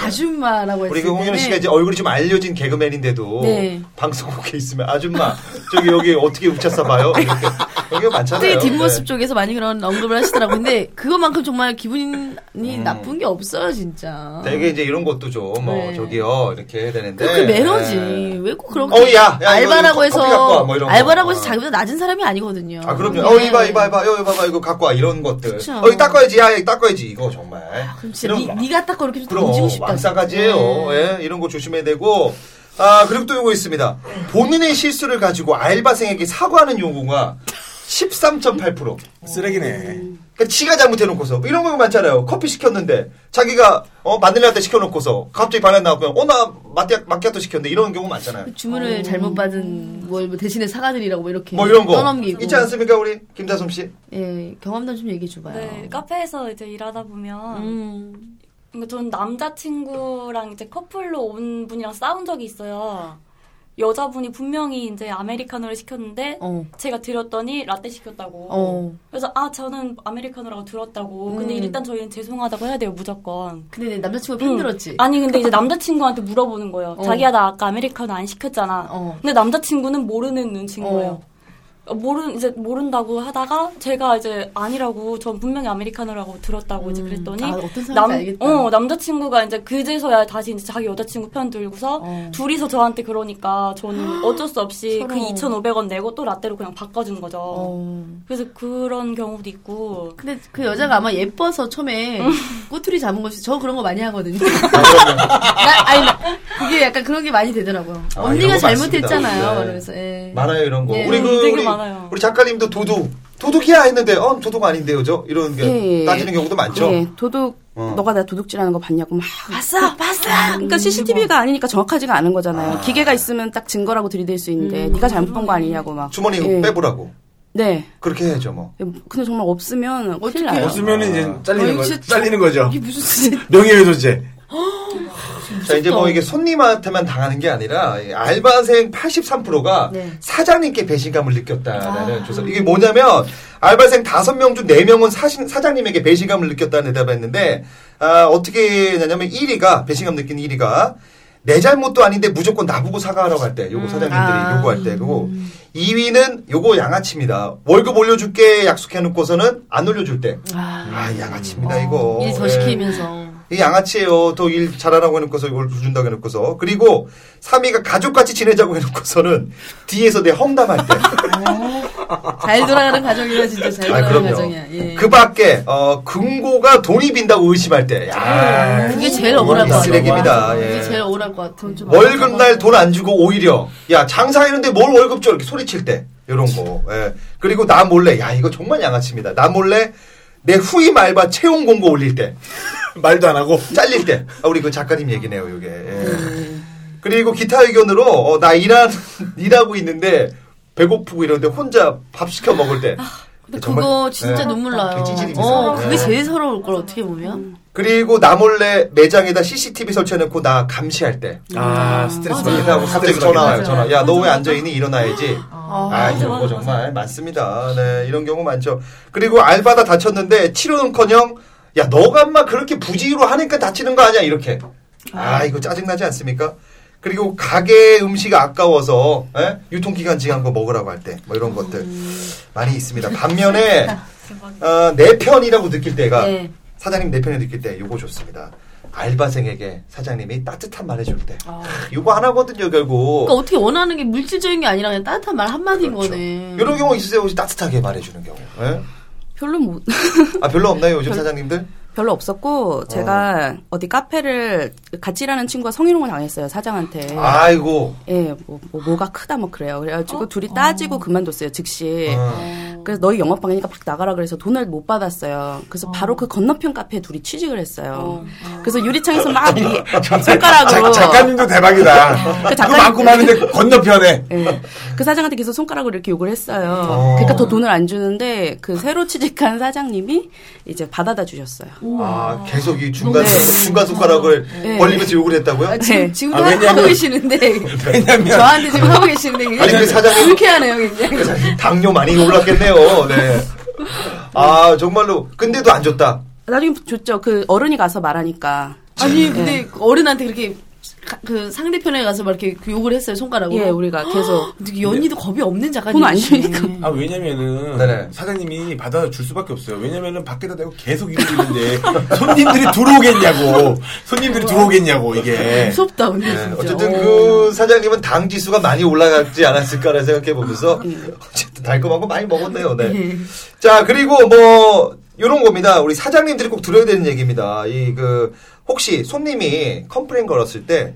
Speaker 8: 아줌마라고 했을
Speaker 1: 우리
Speaker 8: 때는
Speaker 1: 그 홍윤희 씨가 이제 얼굴이 좀 알려진 개그맨인데도
Speaker 8: 네.
Speaker 1: 방송국에 있으면 아줌마 저기 여기 어떻게 우차사 봐요? 뭐 이렇게 여기가 많잖아요.
Speaker 8: 특히 뒷모습
Speaker 1: 네.
Speaker 8: 쪽에서 많이 그런 언급을 하시더라고요. 근데 그것만큼 정말 기분이
Speaker 1: 음.
Speaker 8: 나쁜 게 없어요, 진짜.
Speaker 1: 되게 이제 이런 것도 좀 뭐
Speaker 8: 네.
Speaker 1: 저기요 이렇게 해야 되는데
Speaker 8: 그렇게 매너지.
Speaker 1: 네.
Speaker 8: 왜 꼭 그렇게
Speaker 1: 어, 야, 야, 이거
Speaker 8: 알바라고
Speaker 1: 커피 갖고 와,
Speaker 8: 해서
Speaker 1: 뭐 이런 거.
Speaker 8: 알바라고 해서
Speaker 1: 아.
Speaker 8: 자기보다 낮은 사람이 아니거든요.
Speaker 1: 아
Speaker 15: 네.
Speaker 1: 그럼요. 어
Speaker 8: 예.
Speaker 1: 이봐 이봐 이봐 여 이봐 봐 이거 갖고 와 이런 것들.
Speaker 8: 그쵸.
Speaker 1: 어 이거 닦아야지 야 이거 닦아야지 이거 정말.
Speaker 8: 그럼 진짜
Speaker 1: 이런
Speaker 8: 니,
Speaker 1: 막-
Speaker 8: 니가 딱 그렇게 좀
Speaker 1: 그럼
Speaker 8: 던지고 싶다. 네.
Speaker 1: 왕싸가지예요.
Speaker 15: 네.
Speaker 1: 예, 이런 거 조심해야 되고. 아 그리고 또 이거 있습니다. 본인의 실수를 가지고 알바생에게 사과하는 요구가 13.8%.
Speaker 13: 쓰레기네.
Speaker 1: 그러니까 지가 잘못해놓고서 이런 거 많잖아요. 커피 시켰는데 자기가 어 마늘라떼 시켜놓고서 갑자기 반응 나오고 어나 마키아토 시켰는데 이런 경우 많잖아요.
Speaker 15: 주문을 잘못 받은 뭘뭐 대신에 사과드리라고 뭐 이렇게
Speaker 1: 어. 뭐 이런 거
Speaker 15: 떠넘기고
Speaker 1: 있지 않습니까 우리 김다솜 씨?
Speaker 15: 예 경험담 좀 얘기해 줘봐요. 음.
Speaker 16: 네, 카페에서 이제 일하다 보면 그러니까 저는 남자친구랑 이제 커플로 온 분이랑 싸운 적이 있어요. 여자분이 분명히 이제 네, 아메리카노를 시켰는데
Speaker 15: 어.
Speaker 16: 제가 드렸더니 라떼 시켰다고.
Speaker 15: 어.
Speaker 16: 그래서 아 저는 아메리카노라고 들었다고. 어, 근데
Speaker 15: 음.
Speaker 16: 일단 저희는 죄송하다고 해야 돼요 무조건.
Speaker 15: 근데 내 남자친구가
Speaker 16: 응.
Speaker 15: 편들었지.
Speaker 16: 아니 근데 이제 남자친구한테 물어보는 거예요.
Speaker 15: 어.
Speaker 16: 자기야 나 아까 아메리카노 안 시켰잖아. 근데 남자친구는 모르는 눈치인
Speaker 15: 어.
Speaker 16: 거예요. 어, 모른 이제 모른다고 하다가 제가 이제 아니라고 전 분명히 아메리카노라고 들었다고 이제 그랬더니
Speaker 15: 아, 어떤 사람인지
Speaker 16: 남,
Speaker 15: 알겠다.
Speaker 16: 어, 남자친구가 이제 그제서야 다시 이제 자기 여자친구 편 들고서 둘이서 저한테 그러니까 저는 어쩔 수 없이 그
Speaker 15: 어. 서러워.
Speaker 16: 2,500원 내고 또 라떼로 그냥 바꿔준 거죠. 그래서 그런 경우도 있고.
Speaker 15: 어. 근데 그 여자가 아마 예뻐서 처음에 꼬투리 잡은 것이 저 그런 거 많이 하거든요.
Speaker 1: 아,
Speaker 15: 나, 아니 나, 그게 약간 그런 게 많이 되더라고요.
Speaker 1: 아,
Speaker 15: 언니가
Speaker 1: 이런 거 많습니다.
Speaker 15: 잘못했잖아요.
Speaker 1: 네.
Speaker 15: 그러면서 예.
Speaker 1: 많아요 이런 거.
Speaker 15: 예,
Speaker 16: 네,
Speaker 1: 우리 그
Speaker 15: 되게
Speaker 1: 우리,
Speaker 15: 많아요.
Speaker 1: 우리 작가님도 도둑 도둑이야 했는데 어 도둑 아닌데요 저 이런 게
Speaker 8: 예.
Speaker 1: 따지는 경우도 많죠.
Speaker 8: 예, 도둑
Speaker 1: 어.
Speaker 8: 너가 나 도둑질하는 거 봤냐고 막
Speaker 15: 아,
Speaker 8: 봤어 봤어. 그러니까 CCTV가 아니니까 정확하지가 않은 거잖아요. 음. 기계가 있으면 딱 증거라고 들이댈 수 있는데 네가 잘못 본 거 아니냐고 막
Speaker 1: 주머니
Speaker 8: 예.
Speaker 1: 빼보라고
Speaker 8: 네.
Speaker 1: 그렇게 해야죠 뭐.
Speaker 8: 근데 정말 없으면 큰일 나요.
Speaker 5: 없으면 이제
Speaker 8: 어,
Speaker 5: 잘리는
Speaker 8: 이거
Speaker 5: 거
Speaker 8: 진짜
Speaker 5: 잘리는 거죠.
Speaker 8: 이게 무슨 소리?
Speaker 5: 명예훼손죄.
Speaker 1: 자 이제 뭐 이게 손님한테만 당하는 게 아니라 이 알바생 83%가
Speaker 15: 네.
Speaker 1: 사장님께 배신감을
Speaker 15: 아.
Speaker 1: 느꼈다라는 조사. 이게 뭐냐면 알바생 5명 중 4명은 사신, 사장님에게 배신감을 느꼈다는 대답을 했는데 아, 어떻게 되냐면 1위가 배신감 느낀 1위가 내 잘못도 아닌데 무조건 나보고 사과하라고 할 때
Speaker 15: 음.
Speaker 1: 요거 사장님들이
Speaker 17: 아.
Speaker 1: 요구할 때 그리고 2위는 요거 양아치입니다. 월급 올려줄게 약속해놓고서는 안 올려줄 때. 아, 양아치입니다 이거.
Speaker 15: 일 더
Speaker 1: 예.
Speaker 15: 시키면서
Speaker 1: 이 양아치예요. 또 일 잘하라고 해놓고서 이걸 준다고 해놓고서 그리고 3위가 가족같이 지내자고 해놓고서는 뒤에서 내 험담할 때.
Speaker 15: 잘 돌아가는 가정이라 진짜 잘
Speaker 1: 아,
Speaker 15: 아, 네, 돌아가는
Speaker 1: 그럼요.
Speaker 15: 가정이야. 예.
Speaker 1: 그밖에 어 금고가 돈이 빈다고 의심할 때. 야,
Speaker 15: 그게 제일
Speaker 1: 이건
Speaker 15: 억울할 것 같아.
Speaker 1: 쓰레기입니다. 예.
Speaker 15: 그게 제일 억울할 것 같아. 좀
Speaker 1: 월급 날 돈 안 주고 오히려 야 장사하는데 뭘 월급 줘 이렇게 소리칠 때 이런 거. 예. 그리고 나 몰래 야 이거 정말 양아치입니다. 나 몰래 내 후임 알바 채용 공고 올릴 때 말도 안 하고 잘릴 때 아, 우리 그 작가님 얘기네요 이게. 예. 그리고 기타 의견으로 어, 나 일한 일하고 있는데 배고프고 이러는데 혼자 밥 시켜 먹을 때.
Speaker 15: 아. 근데
Speaker 1: 정말-
Speaker 15: 그거 진짜
Speaker 1: 예.
Speaker 15: 눈물 나요.
Speaker 1: 찌질입니다.
Speaker 15: 어,
Speaker 1: 예. 음.
Speaker 15: 그게 제일 서러울 걸 어떻게 보면.
Speaker 1: 그리고 나 몰래 매장에다 CCTV 설치해놓고 나 감시할 때. 아, 스트레스
Speaker 5: 받겠다.
Speaker 1: 하고 갑자기
Speaker 5: 스트레스
Speaker 1: 전화 와요,
Speaker 5: 받겠다.
Speaker 1: 전화. 야, 너 왜 앉아있니? 일어나야지.
Speaker 5: 아,
Speaker 1: 아,
Speaker 5: 맞아,
Speaker 1: 이런 거 정말 많습니다. 네, 이런 경우 많죠. 그리고 알바다 다쳤는데 치료는커녕, 야, 너가 인마 그렇게 부지로 하니까 다치는 거 아니야? 이렇게. 아, 이거 짜증나지 않습니까? 그리고 가게 음식 아까워서 예? 유통기간 지난 거 먹으라고 할 때 뭐 이런 것들 많이 있습니다. 반면에 어, 내 편이라고 느낄 때가
Speaker 15: 네.
Speaker 1: 사장님 내 편이 느낄 때 요거 좋습니다. 알바생에게 사장님이 따뜻한 말 해줄 때
Speaker 8: 아.
Speaker 1: 요거 하나거든요 결국
Speaker 15: 그러니까 어떻게 원하는 게 물질적인 게 아니라 그냥 따뜻한 말 한마디인 거네.
Speaker 1: 그렇죠. 이런 경우 있으세요 혹시 따뜻하게 말해주는 경우 예?
Speaker 8: 별로 못
Speaker 1: 아 별로 없나요 요즘
Speaker 8: 별-
Speaker 1: 사장님들
Speaker 8: 별로 없었고 제가 어. 디 카페를 같이 일하는 친구가 성희롱을 당했어요 사장한테.
Speaker 1: 아이고
Speaker 8: 예, 뭐, 뭐, 가 크다 뭐 그래요. 그래가지고 둘이 따지고 그만뒀어요 즉시. 그래서 너희 영업방이니까 밖 나가라 그래서 돈을 못 받았어요. 그래서 바로 그 건너편 카페에 둘이 취직을 했어요. 그래서 유리창에서 막 이 손가락으로
Speaker 5: 작- 작가님도 대박이다.
Speaker 8: 아, 그
Speaker 5: 그
Speaker 8: 작가님-
Speaker 5: 많고 많은데 건너편에.
Speaker 8: 그 사장한테 계속 손가락으로 이렇게 욕을 했어요. 그러니까 더 돈을 안 주는데 그 새로 취직한 사장님이 이제 받아다 주셨어요.
Speaker 1: 아 계속 이 중간
Speaker 8: 음. 네.
Speaker 1: 중간 손가락을
Speaker 8: 네.
Speaker 1: 벌리면서 욕을 했다고요?
Speaker 15: 아, 지금, 지금도
Speaker 1: 아, 왜냐면-
Speaker 15: 하고 계시는데.
Speaker 1: 왜냐면-
Speaker 15: 저한테 지금 하고 계시는데. 그냥
Speaker 1: 아니, 그 사장님-
Speaker 15: 불쾌하네요, 굉장히.
Speaker 1: 당뇨 많이 올랐겠네요. 네. 아 정말로 근데도 안 줬다.
Speaker 8: 나중에 줬죠. 그 어른이 가서 말하니까. 네.
Speaker 15: 아니, 근데 어른한테 그렇게 가- 그 상대편에 가서 막 이렇게 그 욕을 했어요, 손가락으로.
Speaker 8: 예, 우리가 계속.
Speaker 15: 근데 연희도
Speaker 1: 네.
Speaker 15: 겁이 없는 작가님.
Speaker 8: 돈안 주니까.
Speaker 5: 아 왜냐면은 사장님이 받아 줄 수밖에 없어요. 왜냐면은 밖에다 대고 계속 이러는데 손님들이 들어오겠냐고. 손님들이 들어오겠냐고 이게.
Speaker 15: 무섭다, 근데 진짜.
Speaker 1: 네. 어쨌든 그 사장님은 당 지수가 많이 올라가지 않았을까를 생각해 보면서
Speaker 10: 음.
Speaker 1: 어쨌든 달콤하고 많이 먹었네요.
Speaker 10: 예.
Speaker 1: 네. 자 그리고 뭐 이런 겁니다. 우리 사장님들이 꼭 들어야 되는 얘기입니다. 이 그 혹시 손님이 컴플레인 걸었을 때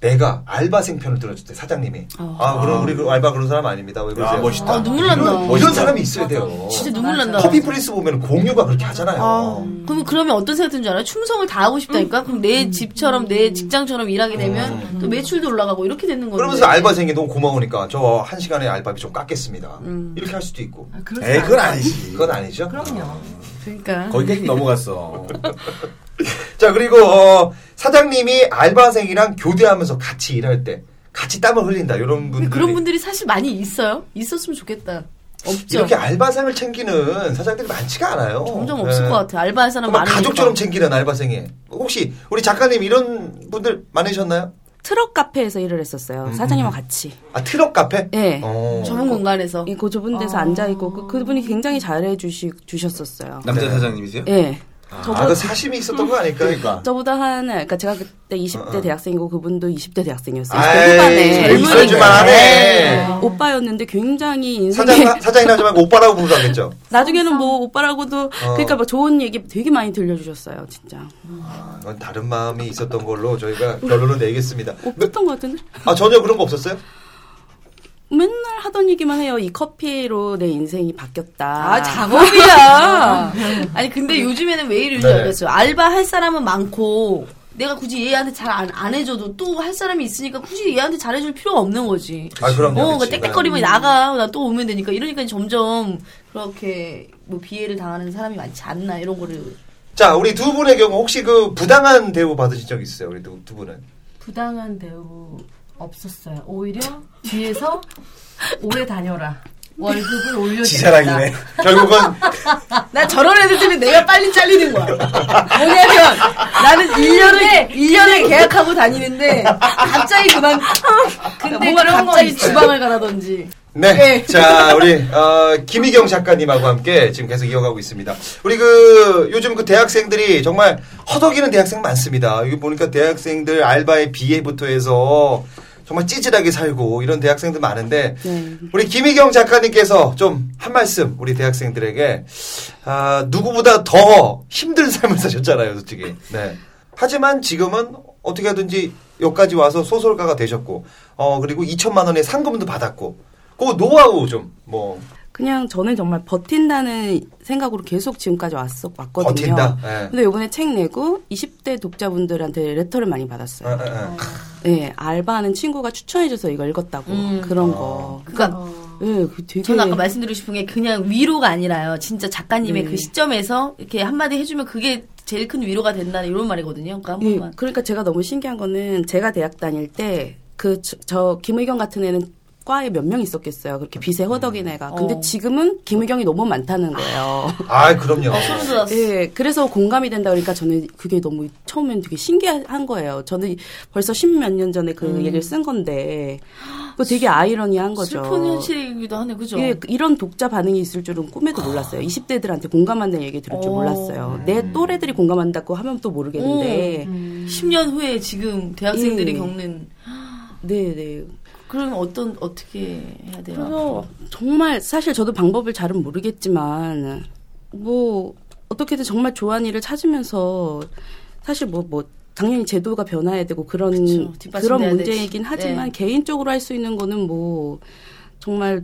Speaker 1: 내가 알바생 편을 들어줄 때 사장님이 아 그럼 우리 그 알바 그런 사람 아닙니다 왜 그러세요?
Speaker 5: 멋있다.
Speaker 1: 아,
Speaker 10: 눈물 난다.
Speaker 1: 이런, 이런
Speaker 10: 멋있다.
Speaker 1: 사람이 있어야 돼요.
Speaker 10: 진짜 눈물 난다.
Speaker 1: 그 커피 프린스 보면 공유가 그렇게 하잖아요.
Speaker 15: 그럼 그러면 어떤 생각 드는 줄 알아요? 충성을 다 하고 싶다니까. 그럼 내 집처럼 내 직장처럼 일하게 되면 또 매출도 올라가고 이렇게 되는 거예요.
Speaker 1: 음. 그러면서 알바생이 너무 고마우니까 저 한 시간에 알바비 좀 깎겠습니다.
Speaker 15: 음.
Speaker 1: 이렇게 할 수도 있고.
Speaker 5: 그러지 에이, 그건 않아요. 아니지.
Speaker 1: 그건 아니죠.
Speaker 18: 그럼요.
Speaker 15: 그러니까
Speaker 5: 거기까지 넘어갔어.
Speaker 1: 자 그리고 어, 사장님이 알바생이랑 교대하면서 같이 일할 때 같이 땀을 흘린다 이런
Speaker 15: 네,
Speaker 1: 분들
Speaker 15: 그런 분들이 사실 많이 있어요. 있었으면 좋겠다. 없죠.
Speaker 1: 이렇게 아- 알바생을 챙기는 사장들이 많지가 않아요.
Speaker 15: 점점 없을
Speaker 1: 네.
Speaker 15: 것 같아요. 알바할 사람
Speaker 1: 그러면
Speaker 15: 많으니까.
Speaker 1: 가족처럼 챙기는 알바생이 혹시 우리 작가님 이런 분들 많으셨나요?
Speaker 8: 트럭 카페에서 일을 했었어요. 사장님하고 같이.
Speaker 1: 아 트럭 카페?
Speaker 8: 네.
Speaker 1: 음, 어.
Speaker 8: 좁은
Speaker 15: 공간에서.
Speaker 8: 그 좁은 데서 앉아 있고 그, 그분이 굉장히 잘해 주시 주셨었어요.
Speaker 15: 네.
Speaker 5: 남자 사장님이세요?
Speaker 8: 예.
Speaker 5: 아,
Speaker 8: 저보다-
Speaker 5: 그
Speaker 1: 사심이 있었던 거 아닐까? 그러니까.
Speaker 8: 저보다 한 그러니까 제가 그때 20대 대학생이고 그분도 20대 대학생이었어요.
Speaker 1: 어, 아이,
Speaker 8: 20대 후반에
Speaker 1: 젊은 있어야지만 하네. 아-
Speaker 8: 네. 오빠였는데 굉장히 인생
Speaker 1: 사장 사장이 하지만 오빠라고 부르라겠죠.
Speaker 8: 나중에는 뭐 오빠라고도 그러니까
Speaker 1: 어.
Speaker 8: 막 좋은 얘기 되게 많이 들려주셨어요 진짜
Speaker 1: 아, 이건 다른 마음이 있었던 걸로 저희가 결론을 내겠습니다.
Speaker 8: 없었던 것 같은데
Speaker 1: 아 전혀 그런 거 없었어요?
Speaker 8: 맨날 하던 얘기만 해요 이 커피로 내 인생이 바뀌었다
Speaker 15: 아, 작업이야. 아니, 근데 요즘에는 왜 이러는지
Speaker 8: 네.
Speaker 15: 알겠어요. 알바할 사람은 많고, 내가 굳이 얘한테 잘 안 안 해줘도 또 할 사람이 있으니까 굳이 얘한테 잘해줄 필요가 없는 거지.
Speaker 1: 아, 그럼요.
Speaker 15: 어, 그러니까
Speaker 1: 그치.
Speaker 15: 땡땡거리면
Speaker 1: 네.
Speaker 15: 나가. 나 또 오면 되니까. 이러니까 점점 그렇게 뭐 비해를 당하는 사람이 많지 않나, 이런 거를.
Speaker 1: 자 우리 두 분의 경우 혹시 그 부당한 대우 받으신 적 있어요? 우리 두, 두 분은?
Speaker 18: 부당한 대우 없었어요. 오히려 뒤에서 오래 다녀라. 월급을 올려주겠다.
Speaker 1: 지사랑이네. 결국은
Speaker 15: 아, 나 저런 애들 때문에 내가 빨리 잘리는 거야. 뭐냐면, 나는 1년을, 1년을 계약하고 다니는데, 갑자기 그만,
Speaker 18: 아, 근데
Speaker 15: 뭔가
Speaker 18: 그런 건
Speaker 15: 갑자기
Speaker 18: 있어요.
Speaker 15: 주방을 가라든지.
Speaker 1: 네. 자, 우리, 어, 김희경 작가님하고 함께 지금 계속 이어가고 있습니다. 우리 그, 요즘 그 대학생들이 정말 허덕이는 대학생 많습니다. 여기 보니까 대학생들 알바에 비해부터 해서 정말 찌질하게 살고 이런 대학생들 많은데, 우리 김희경 작가님께서 좀 한 말씀 우리 대학생들에게, 아, 누구보다 더 힘든 삶을 사셨잖아요, 솔직히. 네. 하지만 지금은 어떻게 하든지 여기까지 와서 소설가가 되셨고, 어, 그리고 2천만 원의 상금도 받았고, 그 노하우 좀, 뭐,
Speaker 8: 그냥 저는 정말 버틴다는 생각으로 계속 지금까지 왔어 왔거든요
Speaker 1: 버틴다. 예.
Speaker 8: 근데 요번에 책 내고 20대 독자분들한테 레터를 많이 받았어요
Speaker 1: 예, 예, 예.
Speaker 8: 네, 알바하는 친구가 추천해줘서 이걸 읽었다고 그런 거.
Speaker 15: 음. 그러니까
Speaker 8: 예, 그 되게
Speaker 15: 저는 아까 말씀드리고 싶은 게 그냥 위로가 아니라요. 진짜 작가님의
Speaker 8: 네.
Speaker 15: 그 시점에서 이렇게 한마디 해주면 그게 제일 큰 위로가 된다는 이런 말이거든요. 그러니까 한
Speaker 8: 예,
Speaker 15: 번만.
Speaker 8: 그러니까 제가 너무 신기한 거는 제가 대학 다닐 때 그 저 김의경 같은 애는 과에 몇 명 있었겠어요. 그렇게 빚에 허덕인 애가. 근데
Speaker 15: 어.
Speaker 8: 지금은 김의경이 너무 많다는 거예요.
Speaker 1: 아, 그럼요.
Speaker 15: 네,
Speaker 8: 예, 그래서 공감이 된다 그러니까 저는 그게 너무 처음엔 되게 신기한 거예요. 저는 벌써 십 몇 년 전에
Speaker 15: 음.
Speaker 8: 그 얘기를 쓴 건데 그거 되게 아이러니한 거죠.
Speaker 15: 슬픈 현실이기도 하네, 그죠? 아.
Speaker 8: 예, 이런 독자 반응이 있을 줄은 꿈에도 몰랐어요. 20대들한테 공감한다는 얘기 들을 줄
Speaker 15: 어.
Speaker 8: 몰랐어요.
Speaker 1: 음.
Speaker 8: 내 또래들이 공감한다고 하면 또 모르겠는데.
Speaker 15: 음, 10년 후에 지금 대학생들이
Speaker 8: 예.
Speaker 15: 겪는
Speaker 8: 네, 네.
Speaker 15: 그럼 어떤 어떻게 해야 돼요?
Speaker 8: 그래서 정말 사실 저도 방법을 잘은 모르겠지만 뭐 어떻게든 정말 좋아하는 일을 찾으면서 사실 뭐 뭐 당연히 제도가 변화해야 되고 그런
Speaker 15: 뒷받침돼야
Speaker 8: 그런
Speaker 15: 되지.
Speaker 8: 문제이긴 하지만
Speaker 15: 네.
Speaker 8: 개인적으로 할 수 있는 거는 뭐 정말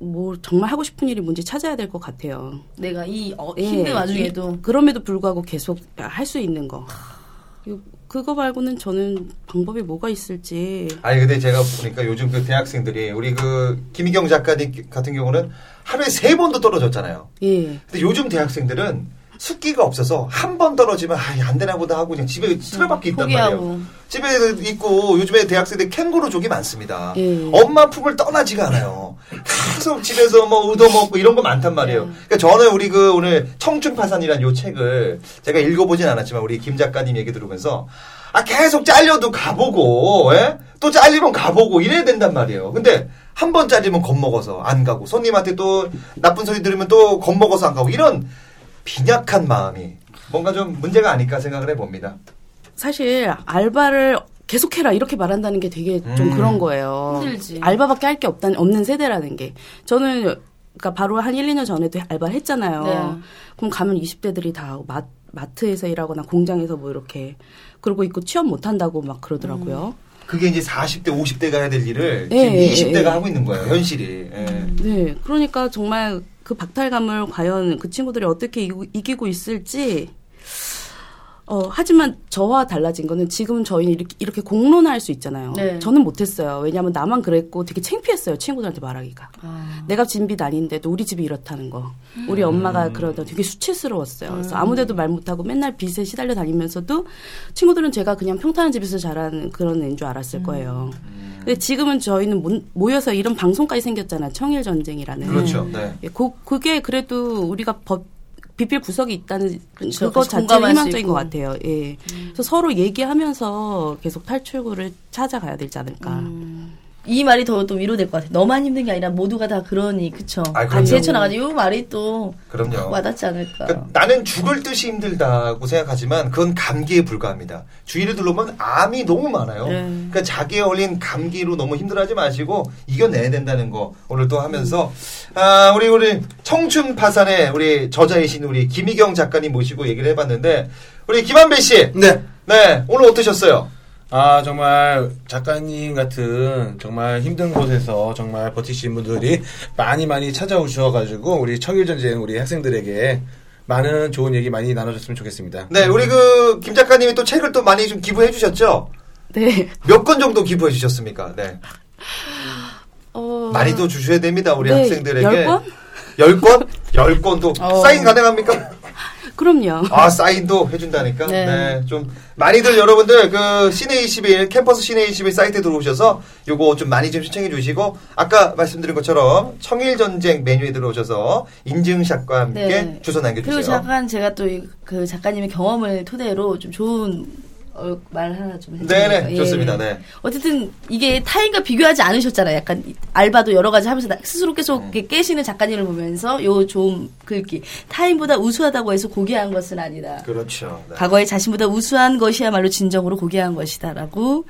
Speaker 8: 뭐 정말 하고 싶은 일이 뭔지 찾아야 될 것 같아요.
Speaker 15: 내가 이 어,
Speaker 8: 예,
Speaker 15: 힘든 와중에도
Speaker 8: 이- 그럼에도 불구하고 계속 할 수 있는 거. 요- 그거 말고는 저는 방법이 뭐가 있을지.
Speaker 1: 아니, 근데 제가 보니까 요즘 그 대학생들이, 우리 그, 김희경 작가님 같은 경우는 하루에 세 번도 떨어졌잖아요.
Speaker 8: 예.
Speaker 1: 근데 요즘 대학생들은 숙기가 없어서 한 번 떨어지면, 아, 안 되나 보다 하고 그냥 집에 틀어박혀 있단 말이에요.
Speaker 15: 음, 포기하고.
Speaker 1: 집에 있고, 요즘에 대학생들 캥거루족이 많습니다.
Speaker 8: 예.
Speaker 1: 엄마 품을 떠나지가 않아요. 계속 집에서 뭐 의도먹고 이런 거 많단 말이에요. 그러니까 저는 우리 그 오늘 청춘파산이란 요 책을 제가 읽어보진 않았지만 우리 김 작가님 얘기 들으면서 아 계속 잘려도 가보고 예? 또 잘리면 가보고 이래야 된단 말이에요. 근데 한 번 잘리면 겁먹어서 안 가고 손님한테 또 나쁜 소리 들으면 또 겁먹어서 안 가고 이런 빈약한 마음이 뭔가 좀 문제가 아닐까 생각을 해봅니다.
Speaker 8: 사실 알바를 계속해라 이렇게 말한다는 게 되게 좀
Speaker 1: 음.
Speaker 8: 그런 거예요.
Speaker 15: 힘들지.
Speaker 8: 알바밖에 할 게 없다는 없는 세대라는 게 저는 그러니까 바로 한 1, 2년 전에도 알바를 했잖아요.
Speaker 15: 네.
Speaker 8: 그럼 가면 20대들이 다 마, 트에서 일하거나 공장에서 뭐 이렇게 그러고 있고 취업 못 한다고 막 그러더라고요.
Speaker 1: 그게 이제 40대, 50대가 해야 될 일을
Speaker 19: 예, 예,
Speaker 1: 지금
Speaker 19: 예.
Speaker 1: 20대가 하고 있는 거예요, 현실이. 예.
Speaker 15: 음.
Speaker 19: 네, 그러니까 정말 그 박탈감을 과연 그 친구들이 어떻게 이기고, 이기고 있을지. 어, 하지만 저와 달라진 거는 지금은 저희는 이렇게, 이렇게 공론화할 수 있잖아요.
Speaker 8: 네.
Speaker 19: 저는 못했어요. 왜냐하면 나만 그랬고 되게 창피했어요. 친구들한테 말하기가. 내가 진빚 아닌데도 우리 집이 이렇다는 거. 우리
Speaker 1: 음.
Speaker 19: 엄마가 그러다 되게 수치스러웠어요. 그래서 아무데도 말 못하고 맨날 빚에 시달려 다니면서도 친구들은 제가 그냥 평탄한 집에서 자란 그런 애인 줄 알았을 거예요.
Speaker 1: 음.
Speaker 19: 근데 지금은 저희는 모- 모여서 이런 방송까지 생겼잖아요. 청일 전쟁이라는.
Speaker 1: 그렇죠. 네.
Speaker 19: 예, 그, 그게 그래도 우리가 법 비필 구석이 있다는 그
Speaker 20: 그렇죠.
Speaker 19: 거
Speaker 20: 같이
Speaker 19: 자체가
Speaker 20: 공감할 수
Speaker 19: 희망적인
Speaker 20: 있고.
Speaker 19: 것 같아요. 예.
Speaker 8: 음.
Speaker 19: 그래서 서로 얘기하면서 계속 탈출구를 찾아가야 되지 않을까.
Speaker 8: 음. 이 말이 더 또 위로될 것 같아. 너만 힘든 게 아니라 모두가 다 그러니 그쵸.
Speaker 1: 아, 그럼요.
Speaker 8: 같이 헤쳐나가지고 이 말이 또
Speaker 1: 그럼요.
Speaker 8: 와닿지 않을까.
Speaker 19: 아.
Speaker 1: 그러니까 나는 죽을 듯이 힘들다고 생각하지만 그건 감기에 불과합니다. 주위를 둘러보면 암이 너무 많아요.
Speaker 8: 네.
Speaker 1: 그러니까 자기에 걸린 감기로 너무 힘들어하지 마시고 이겨내야 된다는 거 오늘 또 하면서 아, 우리 우리 청춘 파산의 우리 저자이신 우리 김희경 작가님 모시고 얘기를 해봤는데 우리 김한배 씨,
Speaker 5: 네,
Speaker 1: 네 오늘 어떠셨어요?
Speaker 5: 아 정말 작가님 같은 정말 힘든 곳에서 정말 버티신 분들이 많이 많이 찾아오셔가지고 우리 청일 전쟁 우리 학생들에게 많은 좋은 얘기 많이 나눠줬으면 좋겠습니다.
Speaker 1: 네 우리 그 김 작가님이 또 책을 또 많이 좀 기부해 주셨죠?
Speaker 19: 네.
Speaker 1: 몇 권 정도 기부해 주셨습니까? 네
Speaker 8: 어. 아.
Speaker 1: 많이 또 주셔야 됩니다 우리
Speaker 19: 네,
Speaker 1: 학생들에게
Speaker 19: 열 권?
Speaker 1: 열 권? 열 권도
Speaker 19: 어.
Speaker 1: 사인 가능합니까?
Speaker 19: 그럼요.
Speaker 1: 아 사인도 해준다니까.
Speaker 19: 네.
Speaker 1: 네. 좀 많이들 여러분들 그 시내 21 캠퍼스 시내 21 사이트에 들어오셔서 요거 좀 많이 좀 신청해 주시고 아까 말씀드린 것처럼 청일 전쟁 메뉴에 들어오셔서 인증샷과 함께
Speaker 8: 네.
Speaker 1: 주소
Speaker 8: 그리고
Speaker 1: 남겨주세요.
Speaker 8: 잠깐 제가 또 그 작가님의 경험을 토대로 좀 좋은 어, 말 하나 좀 해드릴게요.
Speaker 1: 네네
Speaker 8: 예.
Speaker 1: 좋습니다. 네.
Speaker 8: 어쨌든 이게 타인과 비교하지 않으셨잖아요. 약간 이- 알바도 여러 가지 하면서 나- 스스로 계속
Speaker 1: 음.
Speaker 8: 이렇게 깨시는 작가님을 보면서 요 좋은 글귀 타인보다 우수하다고 해서 고귀한 것은 아니다.
Speaker 1: 그렇죠. 네.
Speaker 8: 과거에 자신보다 우수한 것이야말로 진정으로 고귀한 것이다라고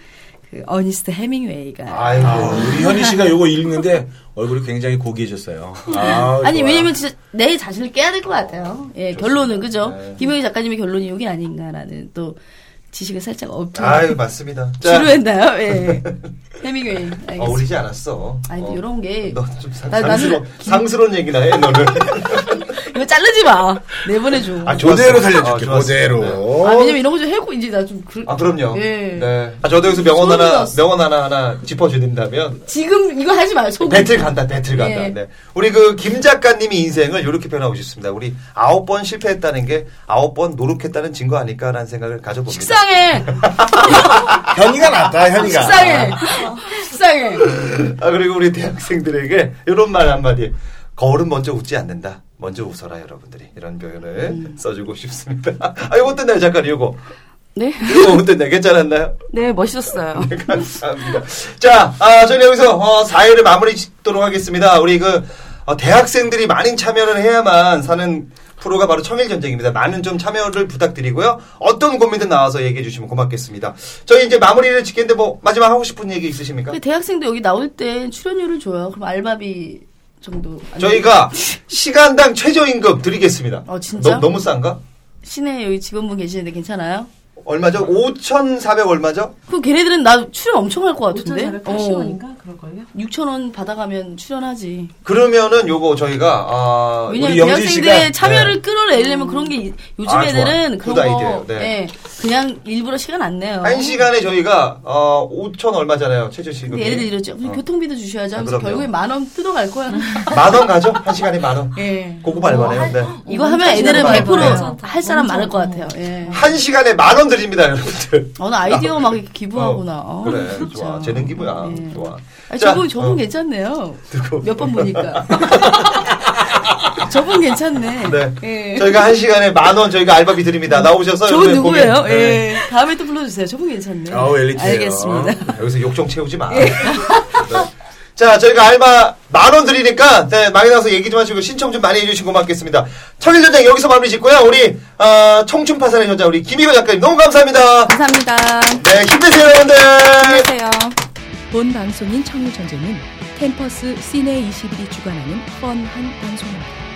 Speaker 8: 그 어니스트 헤밍웨이가
Speaker 5: 아이고 우리 현희 씨가 요거 읽는데 얼굴이 굉장히 고귀해졌어요. 아,
Speaker 8: 아니
Speaker 5: 좋아요.
Speaker 8: 왜냐면 진짜 내 자신을 깨야 될 것 같아요. 예 결론은 그죠.
Speaker 1: 네.
Speaker 8: 김영희 작가님의 결론이 이게 아닌가라는 또 지식을 살짝 업고
Speaker 1: 아유 맞습니다. 자,
Speaker 8: 지루했나요? 예. 헤밍웨이. 알겠습니다.
Speaker 1: 어울리지 않았어.
Speaker 8: 아니
Speaker 1: 어.
Speaker 8: 근데 이런 게
Speaker 1: 너좀 상,
Speaker 8: 나-
Speaker 1: 스러
Speaker 8: 나는 김-
Speaker 1: 상스러운 얘기나 해 너는.
Speaker 8: 이거 자르지 마. 내보내줘.
Speaker 1: 아, 좋았어.
Speaker 5: 그대로 살려줄게.
Speaker 1: 아, 좋았어.
Speaker 5: 그대로.
Speaker 8: 아, 왜냐면 이런 거 좀 해고 이제 나좀 그...
Speaker 1: 아 그럼요.
Speaker 8: 예.
Speaker 1: 네. 아 저도 여기서 명언
Speaker 8: 소름
Speaker 1: 하나
Speaker 8: 돋았어.
Speaker 1: 명언 하나 하나 짚어주신다면
Speaker 8: 지금 이거 하지 마요. 속은.
Speaker 1: 배틀 간다, 배틀 간다.
Speaker 8: 예.
Speaker 1: 네. 우리 그 김 작가님이 인생을 이렇게 표현하고 싶습니다. 우리 아홉 번 실패했다는 게 아홉 번 노력했다는 증거 아닐까라는 생각을 가져봅니다.
Speaker 8: 식상해.
Speaker 5: 현이가 낫다, 현이가.
Speaker 8: 식상해. 식상해.
Speaker 1: 아, 그리고 우리 대학생들에게 이런 말 한마디. 거울은 먼저 웃지 않는다. 먼저 웃어라, 여러분들이. 이런 표현을 써주고 싶습니다. 아, 이거 어땠나요, 작가님? 이거.
Speaker 19: 네?
Speaker 1: 이거 어땠나요? 괜찮았나요?
Speaker 19: 네, 멋있었어요.
Speaker 1: 네, 감사합니다. 자, 아, 저희 여기서 어, 4회를 마무리 짓도록 하겠습니다. 우리 그 어, 대학생들이 많은 참여를 해야만 사는 프로가 바로 청일전쟁입니다. 많은 좀 참여를 부탁드리고요. 어떤 고민든 나와서 얘기해 주시면 고맙겠습니다. 저희 이제 마무리를 짓겠는데 뭐 마지막 하고 싶은 얘기 있으십니까?
Speaker 8: 근데 대학생도 여기 나올 때 출연료를 줘요. 그럼 알바비 정도. 안
Speaker 1: 저희가 시간당 최저임금 드리겠습니다.
Speaker 8: 어, 진짜?
Speaker 1: 너, 무 싼가?
Speaker 8: 시내 여기 직원분 계시는데 괜찮아요?
Speaker 1: 얼마죠? 5,400 얼마죠?
Speaker 8: 그 걔네들은 나 출연 엄청 할 것 같은데.
Speaker 21: 5,480원인가 그럴걸요?
Speaker 8: 6천 원 받아가면 출연하지.
Speaker 1: 그러면은 요거 저희가 아,
Speaker 8: 왜냐면
Speaker 1: 우리 영진
Speaker 8: 대학생들의
Speaker 1: 씨가-
Speaker 8: 참여를
Speaker 1: 네.
Speaker 8: 끌어내려면 그런 게 이- 요즘
Speaker 1: 아, 좋아. 굿
Speaker 8: 애들은 그런 거
Speaker 1: 아이디어예요. 네.
Speaker 8: 예, 그냥 일부러 시간 안 내요.
Speaker 1: 한 시간에 저희가 어, 5천 얼마잖아요 최저
Speaker 8: 근데
Speaker 1: 시급이.
Speaker 8: 얘네들 이러죠.
Speaker 1: 어.
Speaker 8: 교통비도 주셔야죠. 하면서
Speaker 1: 아, 그럼요.
Speaker 8: 결국에 만 원 뜯어갈 거야.
Speaker 21: 음.
Speaker 1: 만원 가죠? 한 시간에 만 원.
Speaker 8: 예.
Speaker 1: 고급 알바네요. 네.
Speaker 8: 이거 하면 애들은
Speaker 1: 엄청
Speaker 8: 100%할 사람 많을 것 같아요. 예.
Speaker 1: 한 시간에 만 원 드립니다, 여러분들.
Speaker 8: 어, 나 아이디어 막 이렇게 기부하구나.
Speaker 1: 어,
Speaker 8: 어,
Speaker 1: 그래,
Speaker 8: 진짜. 예.
Speaker 1: 좋아. 재능 기부야. 좋아.
Speaker 8: 아니,
Speaker 1: 자,
Speaker 8: 저분, 저분
Speaker 1: 어.
Speaker 8: 괜찮네요. 몇 번 보니까. 저분 괜찮네.
Speaker 1: 네.
Speaker 8: 예.
Speaker 1: 저희가 한 시간에 만 원 저희가 알바비 드립니다. 나오셔서.
Speaker 8: 저분
Speaker 1: 여러분들 고민-
Speaker 8: 누구예요?
Speaker 1: 네.
Speaker 8: 예. 다음에 또 불러주세요. 저분 괜찮네.
Speaker 1: 아우, 엘리트예요. 어.
Speaker 8: 알겠습니다. 예.
Speaker 1: 여기서 욕 좀 채우지 마. 네. 자, 저희가 알바 만 원 드리니까 네, 많이 나와서 얘기 좀 하시고 신청 좀 많이 해주시고 고맙겠습니다. 청일전쟁 여기서 마무리 짓고요. 우리 어, 청춘 파산의 현장 우리 김희호 작가님 너무 감사합니다.
Speaker 19: 감사합니다.
Speaker 1: 네, 힘내세요, 여러분들.
Speaker 22: 본 방송인 청일전쟁은 캠퍼스 시내 21이 주관하는 뻔한 방송입니다.